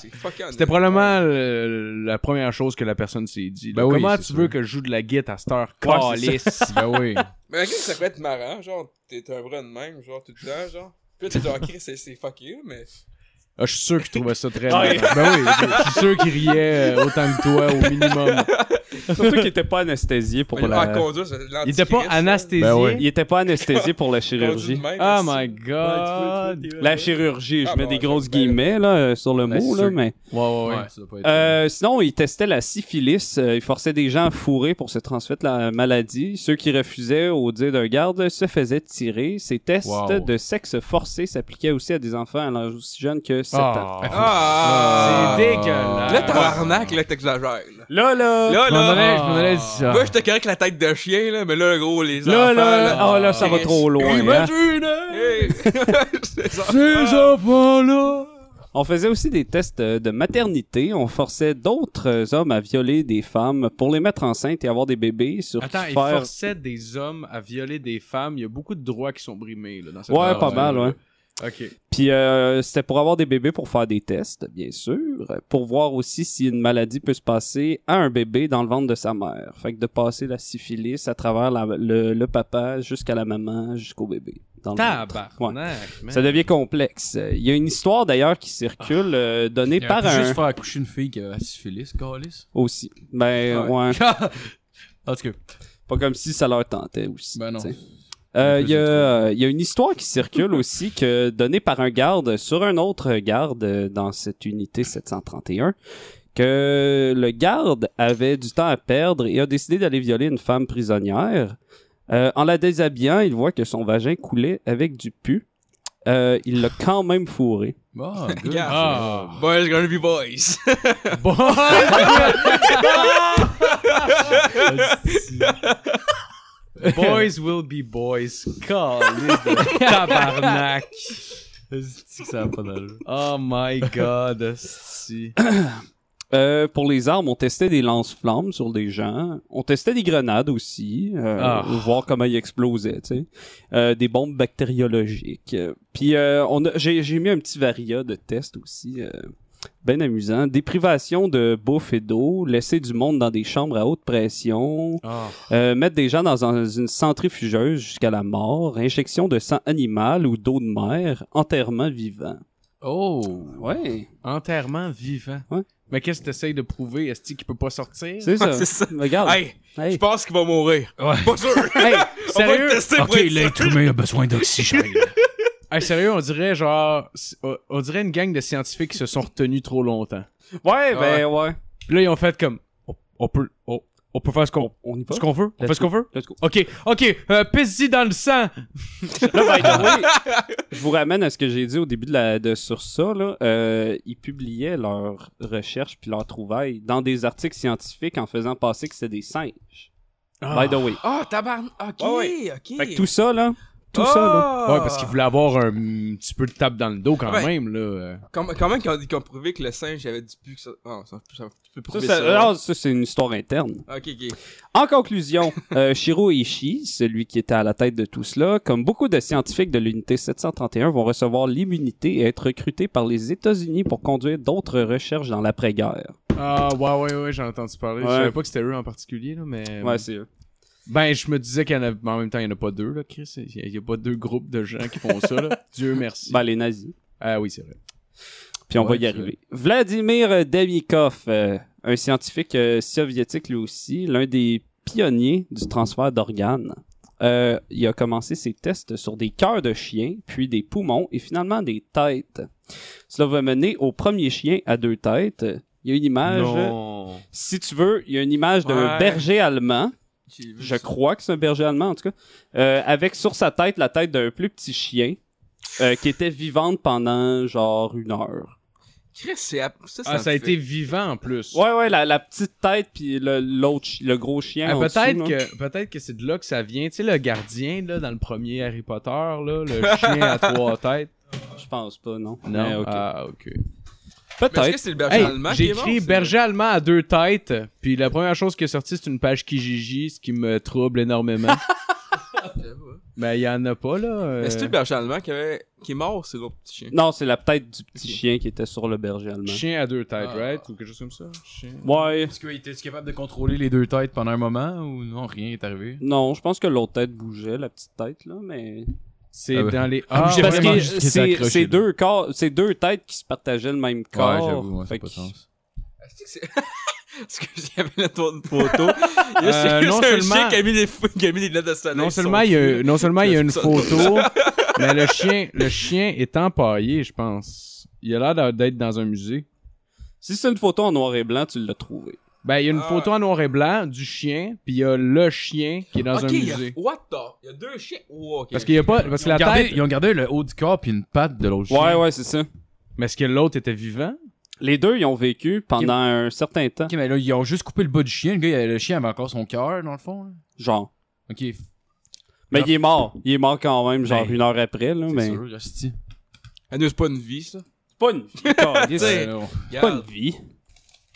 C'est fucking C'était honnête. probablement euh, la première chose que la personne s'est dit. là. Ben oui, Comment c'est tu sûr. veux que je joue de la guitare à cette heure Ouais, c'est calisse? ben oui. Mais ok, ça peut être marrant, genre, t'es un bras de même, genre, tout le temps, genre. Puis là, t'es genre, ok, c'est- c'est fucké, mais. Ah, je suis sûr qu'il trouvait ça très Ah, marrant. Ben oui, je je suis sûr qu'il riait euh, autant que toi, au minimum. Surtout qu'il était pas anesthésié pour Il a pas à la... conduire, c'est l'antichrist, Il était pas ça. anesthésié. Ben oui. Il était pas anesthésié pour la Conduit de chirurgie. même, Oh esti. my god! La chirurgie, je Ah, mets bon, des ouais, grosses c'est bien. guillemets là, euh, sur le Ben, Ouais, mot, c'est là, sûr. mais... Ouais, ouais, ouais. Ouais, ça doit pas être. Euh, sinon, ils testaient la syphilis. Euh, ils forçaient des gens à fourrer pour se transmettre la maladie. Ceux qui refusaient au dire d'un garde se faisaient tirer. Ces tests Wow. de sexe forcé s'appliquaient aussi à des enfants à l'âge aussi jeune que 7 ans. Ah. Ah! C'est dégueulasse. Là, tabarnak, là, t'exagères, là. Là, là! Là, Je m'en là. allais- je m'en allais dire ça. Moi, j'étais correct la tête de chien, là, mais là, gros, les enfants. Là, là, là, oh, là, ça va Chris. trop loin. hein. Imagine! Hey! C'est ça. Ces Ah! enfants-là! On faisait aussi des tests euh, de maternité. On forçait d'autres euh, hommes à violer des femmes pour les mettre enceintes et avoir des bébés. Sur Attends, qui il faire- forçait des hommes à violer des femmes. Il y a beaucoup de droits qui sont brimés là, dans cette Ouais, pas affaire-là. mal, ouais. Ok. Puis euh, c'était pour avoir des bébés pour faire des tests, bien sûr, pour voir aussi si une maladie peut se passer à un bébé dans le ventre de sa mère. Fait que de passer la syphilis à travers la- le, le papa jusqu'à la maman, jusqu'au bébé. Dans le ventre. Ouais. Tabarnak, man. Ça devient complexe. Euh, Il y a une histoire d'ailleurs qui circule euh, donnée Il aurait par pu un juste faire accoucher une fille qui avait la syphilis, Calis. aussi. Ben Ouais. ouais. En tout cas, Pas comme si ça leur tentait aussi. ben non. t'sais. Euh, Il y, a, Plus euh, il y a une histoire qui circule aussi que donnée par un garde sur un autre garde euh, dans cette unité 731 que le garde avait du temps à perdre et a décidé d'aller violer une femme prisonnière. Euh, en la déshabillant, il voit que son vagin coulait avec du pu. Euh, il l'a quand même fourré. Bon, good. Regarde. Ah. Boys gonna be boys. Bon. boys will be boys. Caliste de tabarnak. Esti que ça a pas d'allure. Oh my god. esti. Euh, pour les armes, on testait des lance-flammes sur des gens. On testait des grenades aussi, euh, Ah. voir comment ils explosaient, tu sais. Euh, des bombes bactériologiques. Euh, Puis euh, on a- j'ai j'ai mis un petit varia de tests aussi, euh, ben amusant. Des privations de bouffe et d'eau, laisser du monde dans des chambres à haute pression, Ah. euh, mettre des gens dans un- une centrifugeuse jusqu'à la mort, injection de sang animal ou d'eau de mer, enterrement vivant. Oh! Ouais, Enterrement vivant. Ouais. Mais qu'est-ce que t'essayes de prouver, Esti, qu'il peut pas sortir? c'est ça. C'est ça. Regarde. Hey, Hey. je pense qu'il va mourir. Ouais. Pas sûr. Hey, On va sérieux? le tester pour être sûr. humain a besoin d'oxygène. Hey, sérieux, on dirait genre. c- on- On dirait une gang de scientifiques qui se sont retenus trop longtemps. Ah. Ouais, ben ouais. Puis là, ils ont fait comme. On, on peut. On, on on peut faire ce qu'on On y va? ce qu'on veut. On Let's fait ce qu'on veut. Let's go. Ok, ok, euh, pisse-y dans le sang. Là, by the way, je vous ramène à ce que j'ai dit au début de la, de, sur ça. Là. Euh, ils publiaient leurs recherches puis leurs trouvailles dans des articles scientifiques en faisant passer que c'était des singes. By the way. Ah, tabarn. Ok, Ouais, ok. Ah! Fait que tout ça, là, tout ça, là, Ouais, parce qu'il voulait avoir un petit peu de tape dans le dos quand Ouais. même, là. euh. Comment, comment qu'ils ont, qu'ils ont prouvé que le singe avait du pu que ça. Ah, ça, ça- tu peux ça, prouver ça. ça- ouais. ah, ça, c'est une histoire interne. Ok, ok. En conclusion, euh, Shiro Ishii, celui qui était à la tête de tout cela, comme beaucoup de scientifiques de l'unité 731 vont recevoir l'immunité et être recrutés par les États-Unis pour conduire d'autres recherches dans l'après-guerre. Ah, ouais, ouais, ouais, j'en ai entendu parler. Ouais. Je savais pas que c'était eux en particulier, là, mais. Ouais, c'est eux. ben, je me disais qu'il y en a. mais En même temps, il y en a pas deux, là, Chris. Il y a- il y a pas deux groupes de gens qui font ça, là. Dieu merci. Ben, les nazis. Ah oui, c'est vrai. Puis on va Ouais, y c'est- arriver. Vladimir Demikov, euh, un scientifique euh, soviétique lui aussi, l'un des pionniers du transfert d'organes. Euh, il a commencé ses tests sur des cœurs de chiens, puis des poumons et finalement des têtes. Cela va mener au premier chien à deux têtes. Il y a une Ah, image, Non. si tu veux, il y a une image d'un Ouais. berger allemand. J'ai vu Je ça. crois que c'est un berger allemand en tout cas. Euh, avec sur sa tête la tête d'un plus petit chien euh, qui était vivante pendant genre une heure. Chris, c'est. app- Ça, ça, Ah, me ça a fait- été vivant en plus. Ouais, ouais, la, la petite tête puis le, l'autre chi- le gros chien. Ah, en peut-être dessous, là. que peut-être que c'est de là que ça vient. Tu sais, le gardien là dans le premier Harry Potter là, le chien à trois têtes. Je pense pas, non. Non. Mais, euh, ok. Ah ok. Mais Est-ce que peut-être. c'est le berger Hey, allemand qui j'ai est mort, écrit c'est- berger allemand à deux têtes. Puis la première chose qui est sortie c'est une page Kijiji, ce qui me trouble énormément. Mais il y en a pas là. euh. Mais c'est-tu le berger allemand qui, avait... qui est mort, c'est l'autre petit chien? Non, c'est la tête du petit chien qui était sur le berger allemand. Chien à deux têtes, Ah. right? Ou quelque chose comme ça. Chien. Ouais. Est-ce que était capable de contrôler les deux têtes pendant un moment ou non, rien est arrivé? Non, je pense que l'autre tête bougeait, la petite tête, là, mais. C'est Ah ouais. dans les. Ah, Ah, j'ai Parce vraiment que juste été c'est, accroché, c'est là. deux corps, c'est deux têtes qui se partageaient le même corps. Ouais, j'avoue, ouais, ça Fait a pas de que- sens. Est-ce que c'est. Est-ce que j'avais la tour de photo? Il y a Euh, juste non un chien seulement- qui a mis des, fou- qui a mis des lettres de soleil. non sur seulement son il y a cul. non seulement il y a une Ça- photo, mais le chien le chien est empaillé, je pense. Il a l'air d'a- d'être dans un musée. Si c'est une photo en noir et blanc, tu l'as trouvée. Ben, il y a une Ah. photo en noir et blanc du chien, puis il y a le chien qui est dans Ok, un il y a- musée. What the? Il y a deux chiens? Oh, ok. Parce qu'il y a pas, parce que la Ils ont gardé- tête, Ils ont gardé le haut du corps puis une patte de l'autre Ouais, chien. ouais, c'est ça. mais est-ce que l'autre était vivant? Les deux, ils ont vécu pendant un certain temps. Ok, mais là, ils ont juste coupé le bas du chien. Le gars, il avait- le chien avait encore son cœur, dans le fond. là. Genre. Ok, f- Mais il est mort. Il est mort quand même, genre Ben, une heure après, là, c'est mais. sûr, hostie. Ah, non, c'est pas une vie, ça. C'est pas une vie. Carlis. Tu sais, C'est Alors, pas une Regarde, vie.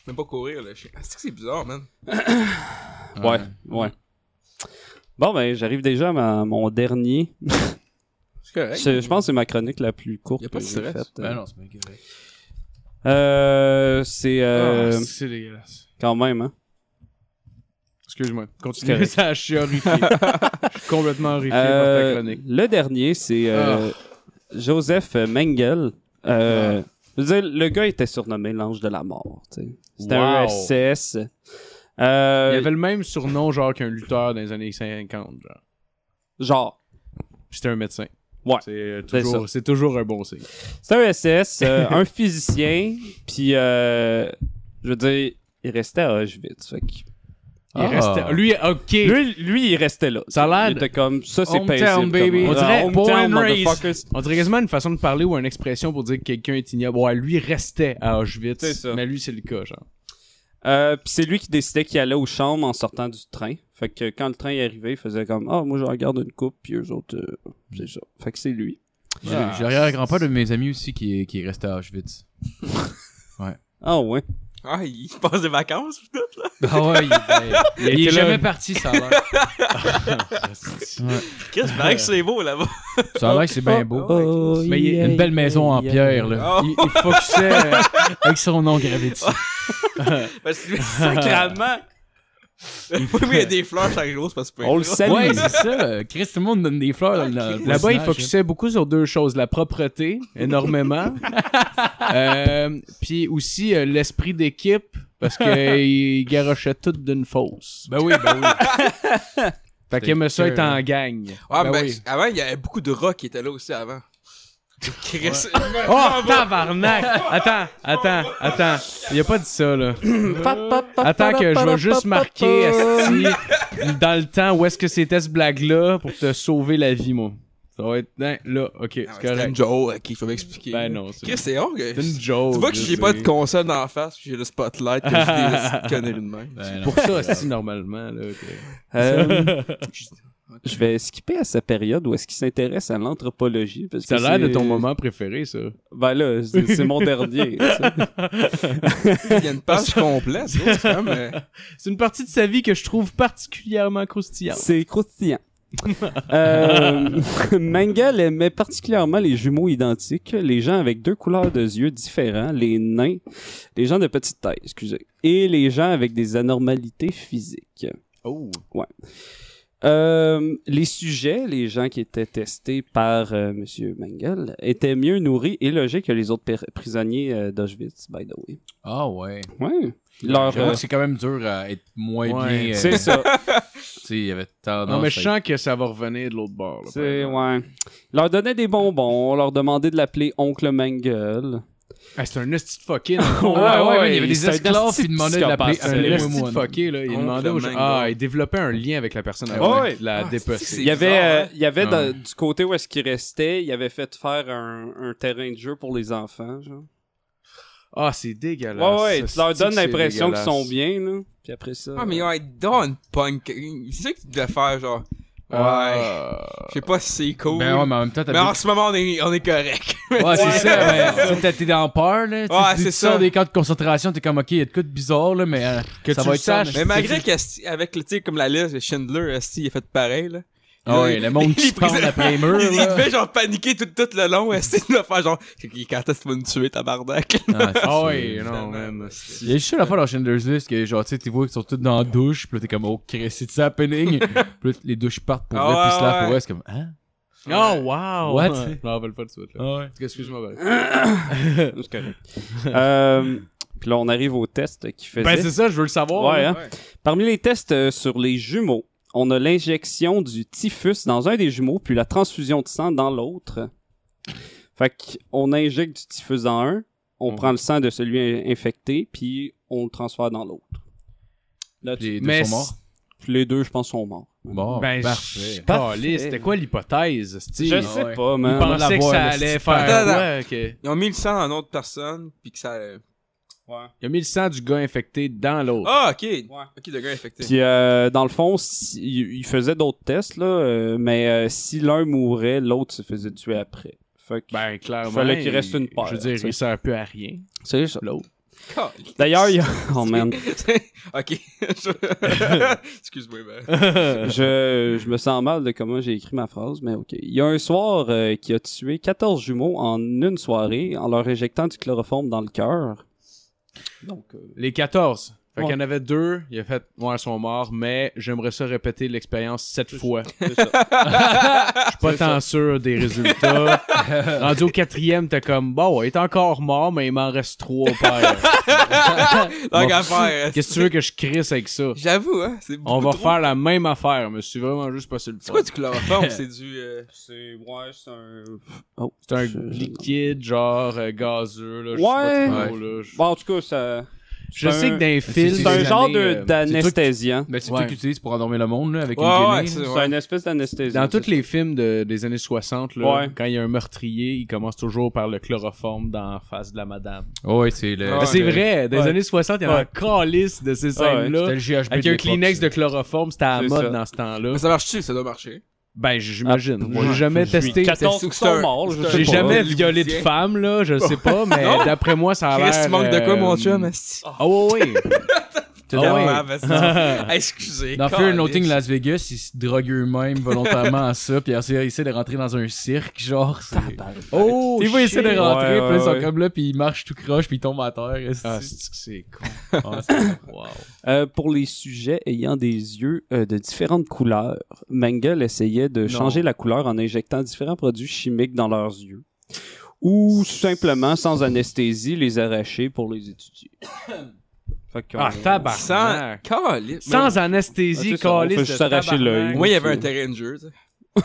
même pas courir, le chien. Ah, C'est que c'est bizarre, man. Ouais, ouais. Bon, ben, j'arrive déjà à ma- mon dernier. C'est correct. Je, je pense que c'est ma chronique la plus courte Ben, Y a pas que de j'ai stress. faite. Ben non, c'est bien correct. Euh, c'est euh, Ah, c'est dégueulasse. quand même, hein. Excuse-moi. C'est Continue. correct. Ça, je suis horrifié. je suis complètement horrifié par ta Euh, chronique. le dernier, c'est euh, Joseph Mengel. Euh, je veux dire, le gars était surnommé l'ange de la mort. tu sais. C'était un Wow. SS. Il Euh, avait le même surnom, genre, qu'un lutteur dans les années 50, genre. Genre, Puis c'était un médecin. Ouais. C'est euh, C'est toujours, c'est toujours un bon signe. C'est un SS, euh, un physicien, puis euh, je veux dire, il restait à Auschwitz. fait que- Il Ah. restait. Lui, ok. Lui, lui, il restait là. Ça a l'air Il de- était comme ça, c'est Hometown, paisible. comme- baby. On dirait Ah, hometown, born and raised. motherfuckers. On dirait quasiment une façon de parler ou une expression pour dire que quelqu'un est ignoble. Ouais, lui restait à C'est Auschwitz. ça. Mais lui, c'est le cas, genre. Euh, puis c'est lui qui décidait qu'il allait aux chambres en sortant du train. Fait que quand le train est arrivé, il faisait comme ah moi je regarde une coupe puis eux autres euh, c'est ça. Fait que c'est lui. J'ai j'ai l'arrière-grand-père de mes amis aussi qui est, qui est resté à Auschwitz. Ah ouais. Ah, il passe des vacances, pis tout, là. Ah ouais, Il, est était là. jamais parti, ça a l'air. Chris, c'est vrai que c'est beau, là-bas. Ça a l'air que c'est bien beau. Oh, oh, Mais il y a Une belle maison en yeah, pierre, yeah. là. Oh, Il, il focusait euh, avec son nom gravé dessus. parce que sacrément. oui, oui, il y a des fleurs chaque jour, c'est pas super. On le salue. Ouais, c'est Ah, ça. Chris, tout le monde donne des fleurs dans le- dans le Là-bas, il voisinage, hein. focusait beaucoup sur deux choses. La propreté, énormément. euh, Puis aussi euh, l'esprit d'équipe, parce qu'il garochait tout d'une fosse. Ben oui, ben oui. Fait qu'il aimait ça C'était être en gang. Ah, hein. Ben ben, oui. avant, il y avait beaucoup de rats qui étaient là aussi avant. Chris. Ah, Oh, tabarnak! Attends, attends, attends. Il a pas dit ça, là. Attends que je vais juste marquer, esti, dans le temps, où est-ce que c'était ce blague-là pour te sauver la vie, moi. Ça va être... hein, Là, OK, Ah ouais, c'est C'était une correct. joke, ok, faut m'expliquer. Ben non, c'est Chris, c'est horrible. c'est une Tu joke. vois que je j'ai pas sais. de console d'en face, puis j'ai le spotlight, que j'ai des petites conneries de même. Ben, Pour ça, aussi normalement, là. que- Euh, je vais skipper à sa période où est-ce qu'il s'intéresse à l'anthropologie. parce Ça que a l'air de c'est- ton moment préféré, ça. Ben là, c'est c'est mon dernier. tu sais. Il y a une page complète, ça, c'est quand même, euh, C'est une partie de sa vie que je trouve particulièrement croustillante. C'est croustillant. euh, Mangal aimait particulièrement les jumeaux identiques, les gens avec deux couleurs de yeux différents, les nains, les gens de petite taille, excusez, et les gens avec des anormalités physiques. Oh. Euh, les sujets, les gens qui étaient testés par euh, Monsieur Mangal, étaient mieux nourris et logés que les autres pr- prisonniers euh, d'Auschwitz, by the way. Ah ouais. Ouais. Leur, J'avoue euh, que c'est quand même dur à être moins Ouais. bien. euh, c'est ça. Tu sais, il y avait tendance. Non, mais je à- sens que ça va revenir de l'autre bord. là, par C'est, exemple. ouais. Ils leur donnait des bonbons, on leur demandait de l'appeler Oncle Mangle. Ah, c'est un esti de fucké. Ouais, dans le fond. ouais, ouais, ouais, il y avait des c'est un esclaves nasty qui demandaient de l'appeler. psychopathe, C'est un Appelez-moi esti Appelez-moi de fucké, là. Il Oncle demandait aux gens. Mango. Ah, il développait un lien avec la personne Ah avant ouais. de la Ah, c'est- dépecer. Il y avait, bizarre, euh, hein? il y avait Ouais. de- du côté où est-ce qu'il restait, il avait fait faire un, un terrain de jeu pour les enfants. Genre. Ah, c'est dégueulasse. Ouais, ouais, Ça, tu leur c'est donnes que c'est l'impression qu'ils dégueulasse. sont bien, là. Puis après ça. Ah, mais ouais, don't punk. C'est ça que tu devais faire, genre. Ouais. Ah. Je sais pas si c'est cool. Ben ouais, mais en même temps, mais en t'as ce moment, on est, on est correct. Ouais, c'est ça, mais tu sais, t'es dans peur, là. Tu Ouais, dis c'est tu sors ça. des camps de concentration, t'es comme, ok, il y a de quoi de bizarre, là, mais euh, Que ça tu va le être ça. saches. mais malgré qu'avec, tu sais, comme la liste, Schindler, Esti, il a fait pareil, là. Ah ouais, le monde qui Il se pend brisait- après les Il, murs, il là. devait, genre, paniquer tout, tout le long, Esti, il devait faire, genre, quand est-ce que tu vas me tuer, tabarnak? Ah, c'est Ah sûr. ouais, non, man. Il y a juste la fois dans Schindler's List que genre, tu sais, tu vois qu'ils sont tous dans la douche, pis là, t'es comme, oh, Chris, c'est happening. pis là, les douches partent pour Ah vrai, pis ouais, se lavent pour ouais. vrai, c'est comme, hein? Oh, wow. What? Je m'en rappelle pas de suite, là. Ah ouais. Excuse-moi, ben. C'est correct. Euh, puis là, on arrive au test qu'il faisait. Ben, c'est ça, je veux le savoir. Ouais, là. hein. Parmi les tests euh, sur les jumeaux, on a l'injection du typhus dans un des jumeaux, puis la transfusion de sang dans l'autre. Fait qu'on injecte du typhus dans un, on Mhm. prend le sang de celui in- infecté, puis on le transfère dans l'autre. Là, Pis les deux Mais sont morts. tu- les deux, je pense, sont morts. Bon, Ben, je hein. parfait. ah calais, c'était quoi l'hypothèse, Ah, esti? Je Ils sais ouais. pas, man. pense- pensaient que l'avoir, ça là, allait c'est pas- Attends, faire. Ouais, ok. Ils ont mis le sang dans une autre personne, puis que ça. Il a mis le sang du gars infecté dans Oh. l'autre. Ah, ok. Ok, le gars est infecté. Puis euh, dans le fond, si- il il faisait d'autres tests, là, euh, mais euh, si l'un mourait, l'autre se faisait tuer après. Fait que, Ben, clairement. Fallait qu'il reste une paire, Je veux dire, tu sais. il sert plus à rien. c'est ça. L'autre. Calais. D'ailleurs, il y a... Oh, man. ok. Je- Excuse-moi, ben. je, je me sens mal de comment j'ai écrit ma phrase, mais ok. Il y a un soir euh, qui a tué 14 jumeaux en une soirée en leur injectant du chloroforme dans le cœur. Donc, euh, Les 14. Fait Ouais. qu'il y en avait deux, il a fait, ouais, ils sont morts, mais j'aimerais ça répéter l'expérience sept fois. Je c'est ça. suis pas tant sûr des résultats. Rendu au quatrième, t'es comme, bon, il est encore mort, mais il m'en reste trois paires. Donc, Bon, à faire. Qu'est-ce que tu veux que je crisse avec ça? J'avoue, hein. c'est On beaucoup va trop. refaire la même affaire, mais c'est vraiment juste pas sur le C'est fun. quoi du chloroforme? c'est du. euh, C'est, ouais, c'est un... Oh, C'est un liquide, genre, euh, gazeux, là. Je sais pas Ouais. trop, là. Je- Bon, en tout cas, ça... Je c'est sais un- que dans les films. C'est un des genre années, de- euh, d'anesthésiant. Mais c'est Ouais. toi qui utilises pour endormir le monde, là, avec Ouais, une ouais, guenille. c'est C'est ouais. une espèce d'anesthésie. Dans tous les films de- des années 60, là, Ouais. quand il y a un meurtrier, il commence toujours par le chloroforme dans la face de la madame. Ouais, ouais, c'est le. Ouais. Ben, le- c'est vrai, dans Ouais. les années 60, il y en a un Ouais. calice de ces scènes-là. C'était le GHB. avec de un l'époque, Kleenex ça. de chloroforme, c'était à la C'est mode ça. dans ce temps-là. Mais ça marche-tu? Ça doit marcher. Ben, j'imagine. Ah, ouais. J'ai jamais Je suis testé. 14 c'est- qui c'est un- sont morts, je sais J'ai pas. jamais violé de Hollywoodien. femme, là, je sais pas, mais Non. d'après moi, ça a l'air... Chris, tu manques de quoi, euh, mon chum? esti? Ah ouais, ouais. T'es Ah dans- ouais. Ah, ben, c'est- Excusez. Dans Fear and calais. Loathing Las Vegas, ils se droguent eux-mêmes volontairement à ça, puis ils essaient de rentrer dans un cirque, genre. c'est- Oh, Ils vont shit. essayer de rentrer, puis Ouais, là, ils ouais, sont ouais. comme là, puis ils marchent tout croche, puis ils tombent à terre. esti. Ah, c'est c'est con. Ah, c'est- Wow. Euh, pour les sujets ayant des yeux euh, de différentes couleurs, Mengel essayait de changer la couleur en injectant différents produits chimiques dans leurs yeux. Ou simplement, sans anesthésie, les arracher pour les étudier. Fait euh, qu'on- Ah, tabarnak. Sans. Calais. Sans Mais- Ah, Ah, anesthésie, c'est ça, on calice fait de juste arracher l'œil. tabarnak. Moi, il y avait un terrain de jeu, tu sais.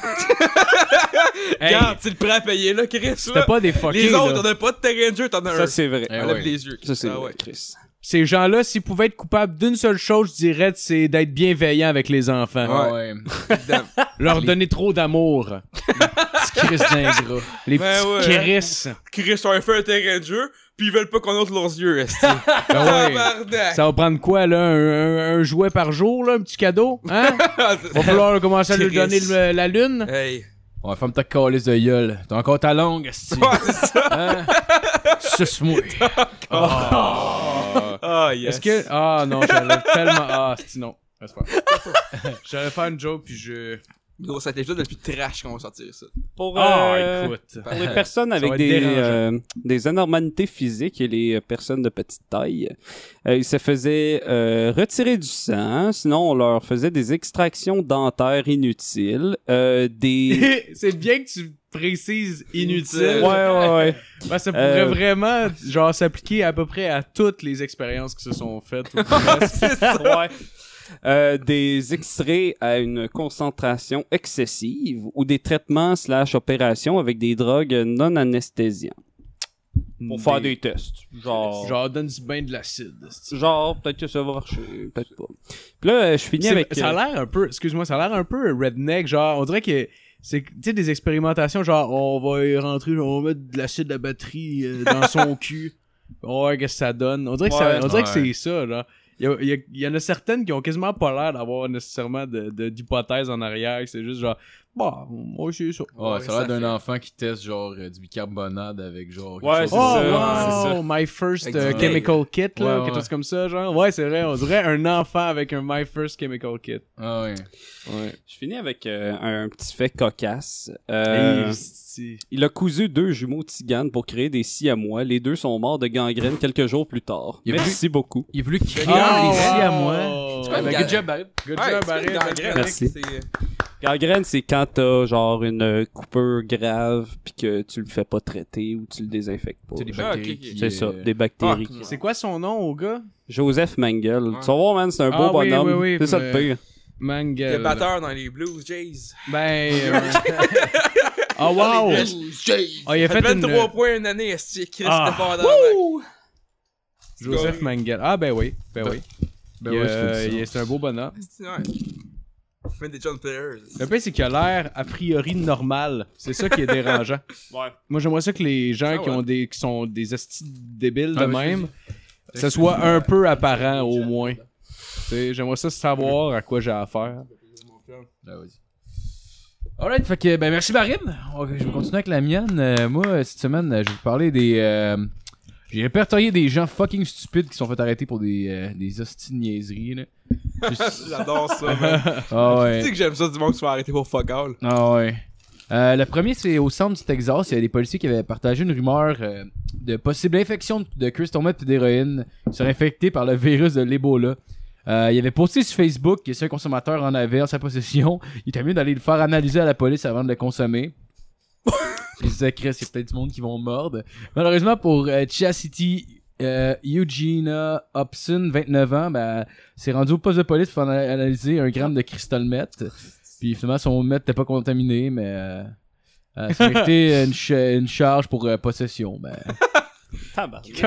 Hey, Regarde, tu le prêt à payer là, Chris. c'était Là. pas des fuckés. Les autres, là. t'en as pas de terrain de jeu, t'en as un. Ça, c'est vrai. Eh On ouais. lève les yeux. Ça, c'est Ah vrai, ouais. Chris. Ces gens-là, s'ils pouvaient être coupables d'une seule chose, je dirais, c'est d'être bienveillants avec les enfants. Ouais. Ouais. Évidemment. Leur Les- donner trop d'amour. Chris d'ingrat. Les Ben petits ouais. crisses. Chris ont fait un terrain de jeu, puis ils veulent pas qu'on ôte leurs yeux, esti. Ben ouais. Tabarnak! Ça va prendre quoi, là? Un, un- un jouet par jour, là? Un petit cadeau? Hein? Va falloir commencer à lui Chris. donner le- la lune? Ah, Hey. Ouais, ferme ta calice de gueule. T'as encore ta langue, esti. Ouais, c'est ça. Hein? Suce-moi. Ah, yes. Est-ce que... Ah, non, j'allais tellement... Ah, c'est non. Laisse faire. j'allais faire une joke, puis je... Gros, ça a été juste depuis trash qu'on va sortir ça. Pour, Ah, euh, écoute. pour les personnes va avec être des, dérangeant. euh, des anormalités physiques et les euh, personnes de petite taille, euh, ils se faisaient euh, retirer du sang, sinon on leur faisait des extractions dentaires inutiles, euh, des... c'est bien que tu précises ouais, inutile. Inutile. ouais, ouais. Ben, ça pourrait Euh. vraiment, genre, s'appliquer à peu près à toutes les expériences qui se sont faites. ou presque. C'est ça. Ouais. Euh, des extraits à une concentration excessive ou des traitements slash opérations avec des drogues non anesthésiantes pour faire des tests. Genre, genre, Genre, donne du bain de l'acide. c'est-tu. peut-être que ça va marcher, peut-être pas. Puis là, euh, je finis C'est- avec... Ça a l'air un peu, excuse-moi, ça a l'air un peu redneck, genre, on dirait que c'est, tu sais, des expérimentations, genre, on va y rentrer, on va mettre de l'acide à batterie euh, dans son cul, on va voir qu'est-ce que ça donne. On dirait que, ça- Ouais, on dirait que ouais. c'est ça, là. Il y, a- il y a- il y en a certaines qui ont quasiment pas l'air d'avoir nécessairement de, de- d'hypothèse en arrière, que c'est juste genre, bon, moi, c'est ça. Ouais, Ouais, ça a ça l'air d'un fait. enfant qui teste genre euh, du bicarbonate avec genre. quelque Ouais, chose c'est de- Oh, ça, wow, c'est my first Avec euh, du lait. chemical kit, là, Ouais, quelque ouais. chose comme ça, genre. Ouais, c'est vrai, on dirait un enfant avec un my first chemical kit. Ah ouais. Je finis avec euh, un petit fait cocasse. Euh, Et c'est- Il a cousu deux jumeaux tiganes pour créer des siamois. Les deux sont morts de gangrène quelques jours plus tard. Il y a Merci beaucoup. Il a voulu crier Ah, les scies à wow. moi. C'est quoi quoi une une Ah, galère? good job, Barry. Oh, Good Ouais, job, c'est Barry. une Bonne gangrène, job. Merci. mec, c'est- Gangrène, c'est quand t'as genre une euh, coupure grave puis que tu le fais pas traiter ou tu le désinfectes pas. C'est des genre. Ah, ok, bactéries ok. qui, C'est ça, euh, des bactéries. Ah, C'est quoi son nom au gars Joseph Mengel. Ouais. Tu vas voir, man, c'est un beau Ah oui, bonhomme. oui, oui, c'est ça mais- le pire. Mangel. Le batteur dans les Blues Jays. Ben. euh, Ah, oh wow Les Blues Jays. Ah, il a fait une- 23 points une année, esti. Chris, Ah. c'était fort dans Joseph Mangel. Ah ben oui, ben oui. Ben Il, ouais, je euh, fais il- du c'est un beau bonhomme. Fait des John Players. Le pire, c'est qu'il a l'air a priori normal. C'est ça qui est dérangeant. Ouais. Moi, j'aimerais ça que les gens Ah qui, ouais. ont des, qui sont des estis débiles Ah, de mais même, ça soit un peu apparent au moins. Tu sais, J'aimerais ça savoir à quoi j'ai affaire. ça. Ah, vas-y. Alright, fait que, ben merci Marine. On- Je vais continuer avec la mienne. Euh, moi, cette semaine, euh, je vais vous parler des. euh, J'ai répertorié des gens fucking stupides qui sont fait arrêter pour des, euh, des hosties de niaiseries, là. Juste- J'adore ça, man. Ah Tu ouais. sais que j'aime ça du monde qui se fait arrêter pour fuck all. Ah ouais. Euh, le premier, c'est au centre du Texas. Il y a des policiers qui avaient partagé une rumeur euh, de possible infection de- de crystal meth et d'héroïne qui serait infectée par le virus de l'Ebola. Euh, il avait posté sur Facebook que si un consommateur en avait en sa possession, il était mieux d'aller le faire analyser à la police avant de le consommer. Puis il disait, Chris, il y a peut-être du monde qui vont mordre. Malheureusement, pour euh, Chastity euh, Eugenia Hobson, 29 ans, ben, s'est rendu au poste de police pour ana- analyser un gramme de crystal meth. Puis finalement, son maître n'était pas contaminé, mais euh, elle s'est méritée une, cha- une charge pour euh, possession. Ben, C'est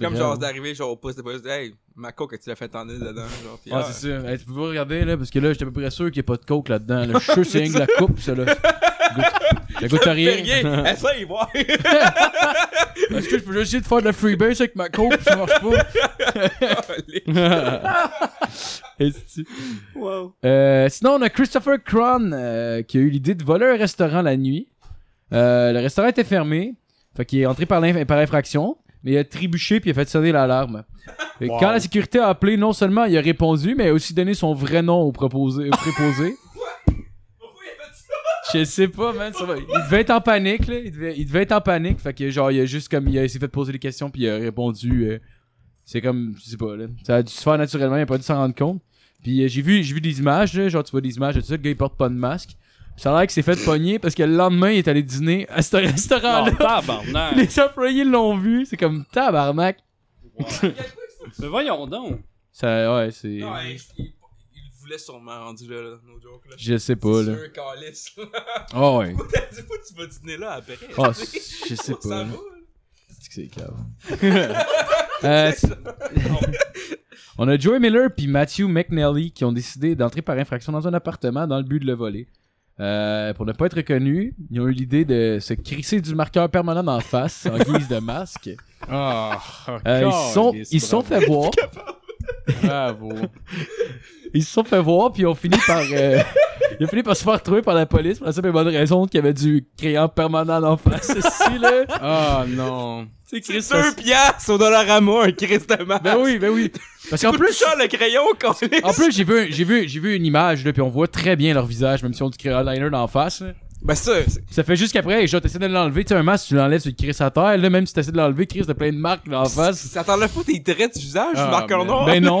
comme Bravo. genre d'arriver genre au poste de police. Hey, ma coke, tu l'as fait tendre dedans. Genre, pis, Ouais, ah, c'est ça. Hey, tu peux pas regarder, là, parce que là, j'étais à peu près sûr qu'il n'y a pas de coke là-dedans. Là. Je suis sûr que c'est rien que la coupe, ça, là. Goûte- Ça goûte à Fais rien. rien, essaye, voir. Est-ce que je peux juste essayer de faire de la freebase avec ma coke, puis ça marche pas? Est-ce-tu? Wow. Euh, sinon, on a Christopher Cron euh, qui a eu l'idée de voler un restaurant la nuit. Euh, le restaurant était fermé. Fait qu'il est entré par, l'inf- par infraction, mais il a trébuché puis il a fait sonner l'alarme. Fait que Wow. Quand la sécurité a appelé, non seulement il a répondu, mais il a aussi donné son vrai nom au proposé. Au préposé. Je sais pas, man. ça va- Il devait être en panique, là. Il devait, il devait être en panique. Fait que, genre, il a juste comme. Il, a- il s'est fait poser des questions, puis il a répondu. euh, c'est comme. Je sais pas, là. Ça a dû se faire naturellement, il a pas dû s'en rendre compte. Puis euh, j'ai vu, j'ai vu des images, là, genre, tu vois des images de tout ça. Le gars, il porte pas de masque. Puis ça a l'air qu'il s'est fait pogner parce que le lendemain, il est allé dîner à ce Ah, restaurant-là. tabarnak. Les employés l'ont vu. C'est comme tabarnak. Mais voyons donc. Ça, ouais, c'est. Non, il, il- il voulait poulet sûrement rendu là, là, no joke là. Je sais pas, là. C'est sûr, calice. Oh, ouais. Pourquoi t'as dit pas que tu vas dîner là après? Oh, je sais Ça pas. va, là. là. C'est que c'est cave. Euh, c'est- on a Joey Miller puis Matthew McNally qui ont décidé d'entrer par infraction dans un appartement dans le but de le voler. Euh, pour ne pas être reconnus, ils ont eu l'idée de se crisser du marqueur permanent en face en guise de masque. Euh, ils se sont, ils se sont fait voir. Bravo. Ils se sont fait voir, puis ils ont fini par. euh, ils ont fini par se faire trouver par la police pour la simple et bonne raison qu'il y avait du crayon permanent en face ici, là. Ah non. C'est deux piastres au Dollarama, un Christ de masse. Ben oui, ben oui. Parce qu'en Coûte plus plus, Ah. cher le crayon qu'on en plus j'ai vu, j'ai vu, j'ai vu une image, là, puis on voit très bien leur visage, même si on du crayon liner d'en face, là. Ben ça, c'est- Ça fait juste qu'après, genre, t'essaies de l'enlever, tu sais, un masque, tu l'enlèves, tu le crisses à terre, là, même si t'essaies de l'enlever, Chris, t'as plein de marques d'en face. ça t'enlève pas tes traits du visage, Ah, marque un man. noir. Ben non,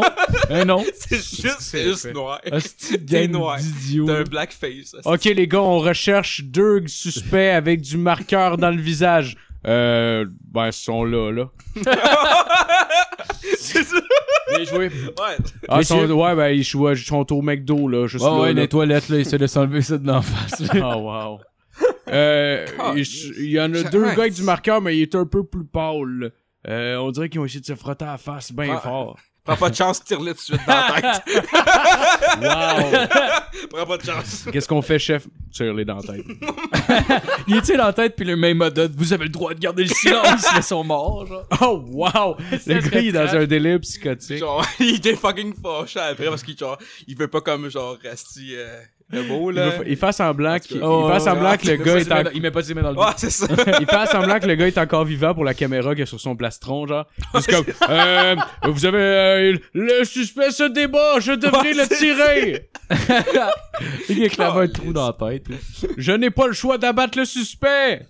ben non. C'est juste, c'est c'est juste fait. noir. Hostie de T'es gang noir. d'idiot. T'as un blackface. ça. Ok les gars, on recherche deux suspects avec du marqueur dans le visage. Euh, ben ils sont là là. C'est ça. Bien joué. Ouais. Ah, ils sont, Messieurs. ouais ben ils sont, ils sont au McDo là, juste Ouais, là. ouais, là. les toilettes, là, essaie de s'enlever ça de l'en face, là. Ah, wow. Euh, il il y en a Ça- deux ouais. gars avec du marqueur, mais il est un peu plus pâle. Euh, on dirait qu'ils ont essayé de se frotter à la face bien Ah. fort. Prends pas de chance, tire-le tout de suite dans la tête. Wow! Prends pas de chance. Qu'est-ce qu'on fait, chef? Tire les dents la tête. Il était dans la tête, puis le même mode vous avez le droit de garder le silence, mais ils sont morts, genre. Oh, wow! Le gars, il est dans un délire psychotique. Genre, il était fucking fâché après parce qu'il genre, il veut pas comme genre rester euh, le beau Il, là. veut- il fait semblant, qu'il- Oh, il fait semblant ouais. que le gars est en- Il met pas ses mains dans le Ouais, c'est ça. il fait semblant que le gars est encore vivant pour la caméra qui est sur son plastron, genre. Juste comme, euh, vous avez, euh, le suspect se débat, je devrais Ouais, le c'est- tirer! Il clave un Caliste. trou dans la tête. là. Je n'ai pas le choix d'abattre le suspect!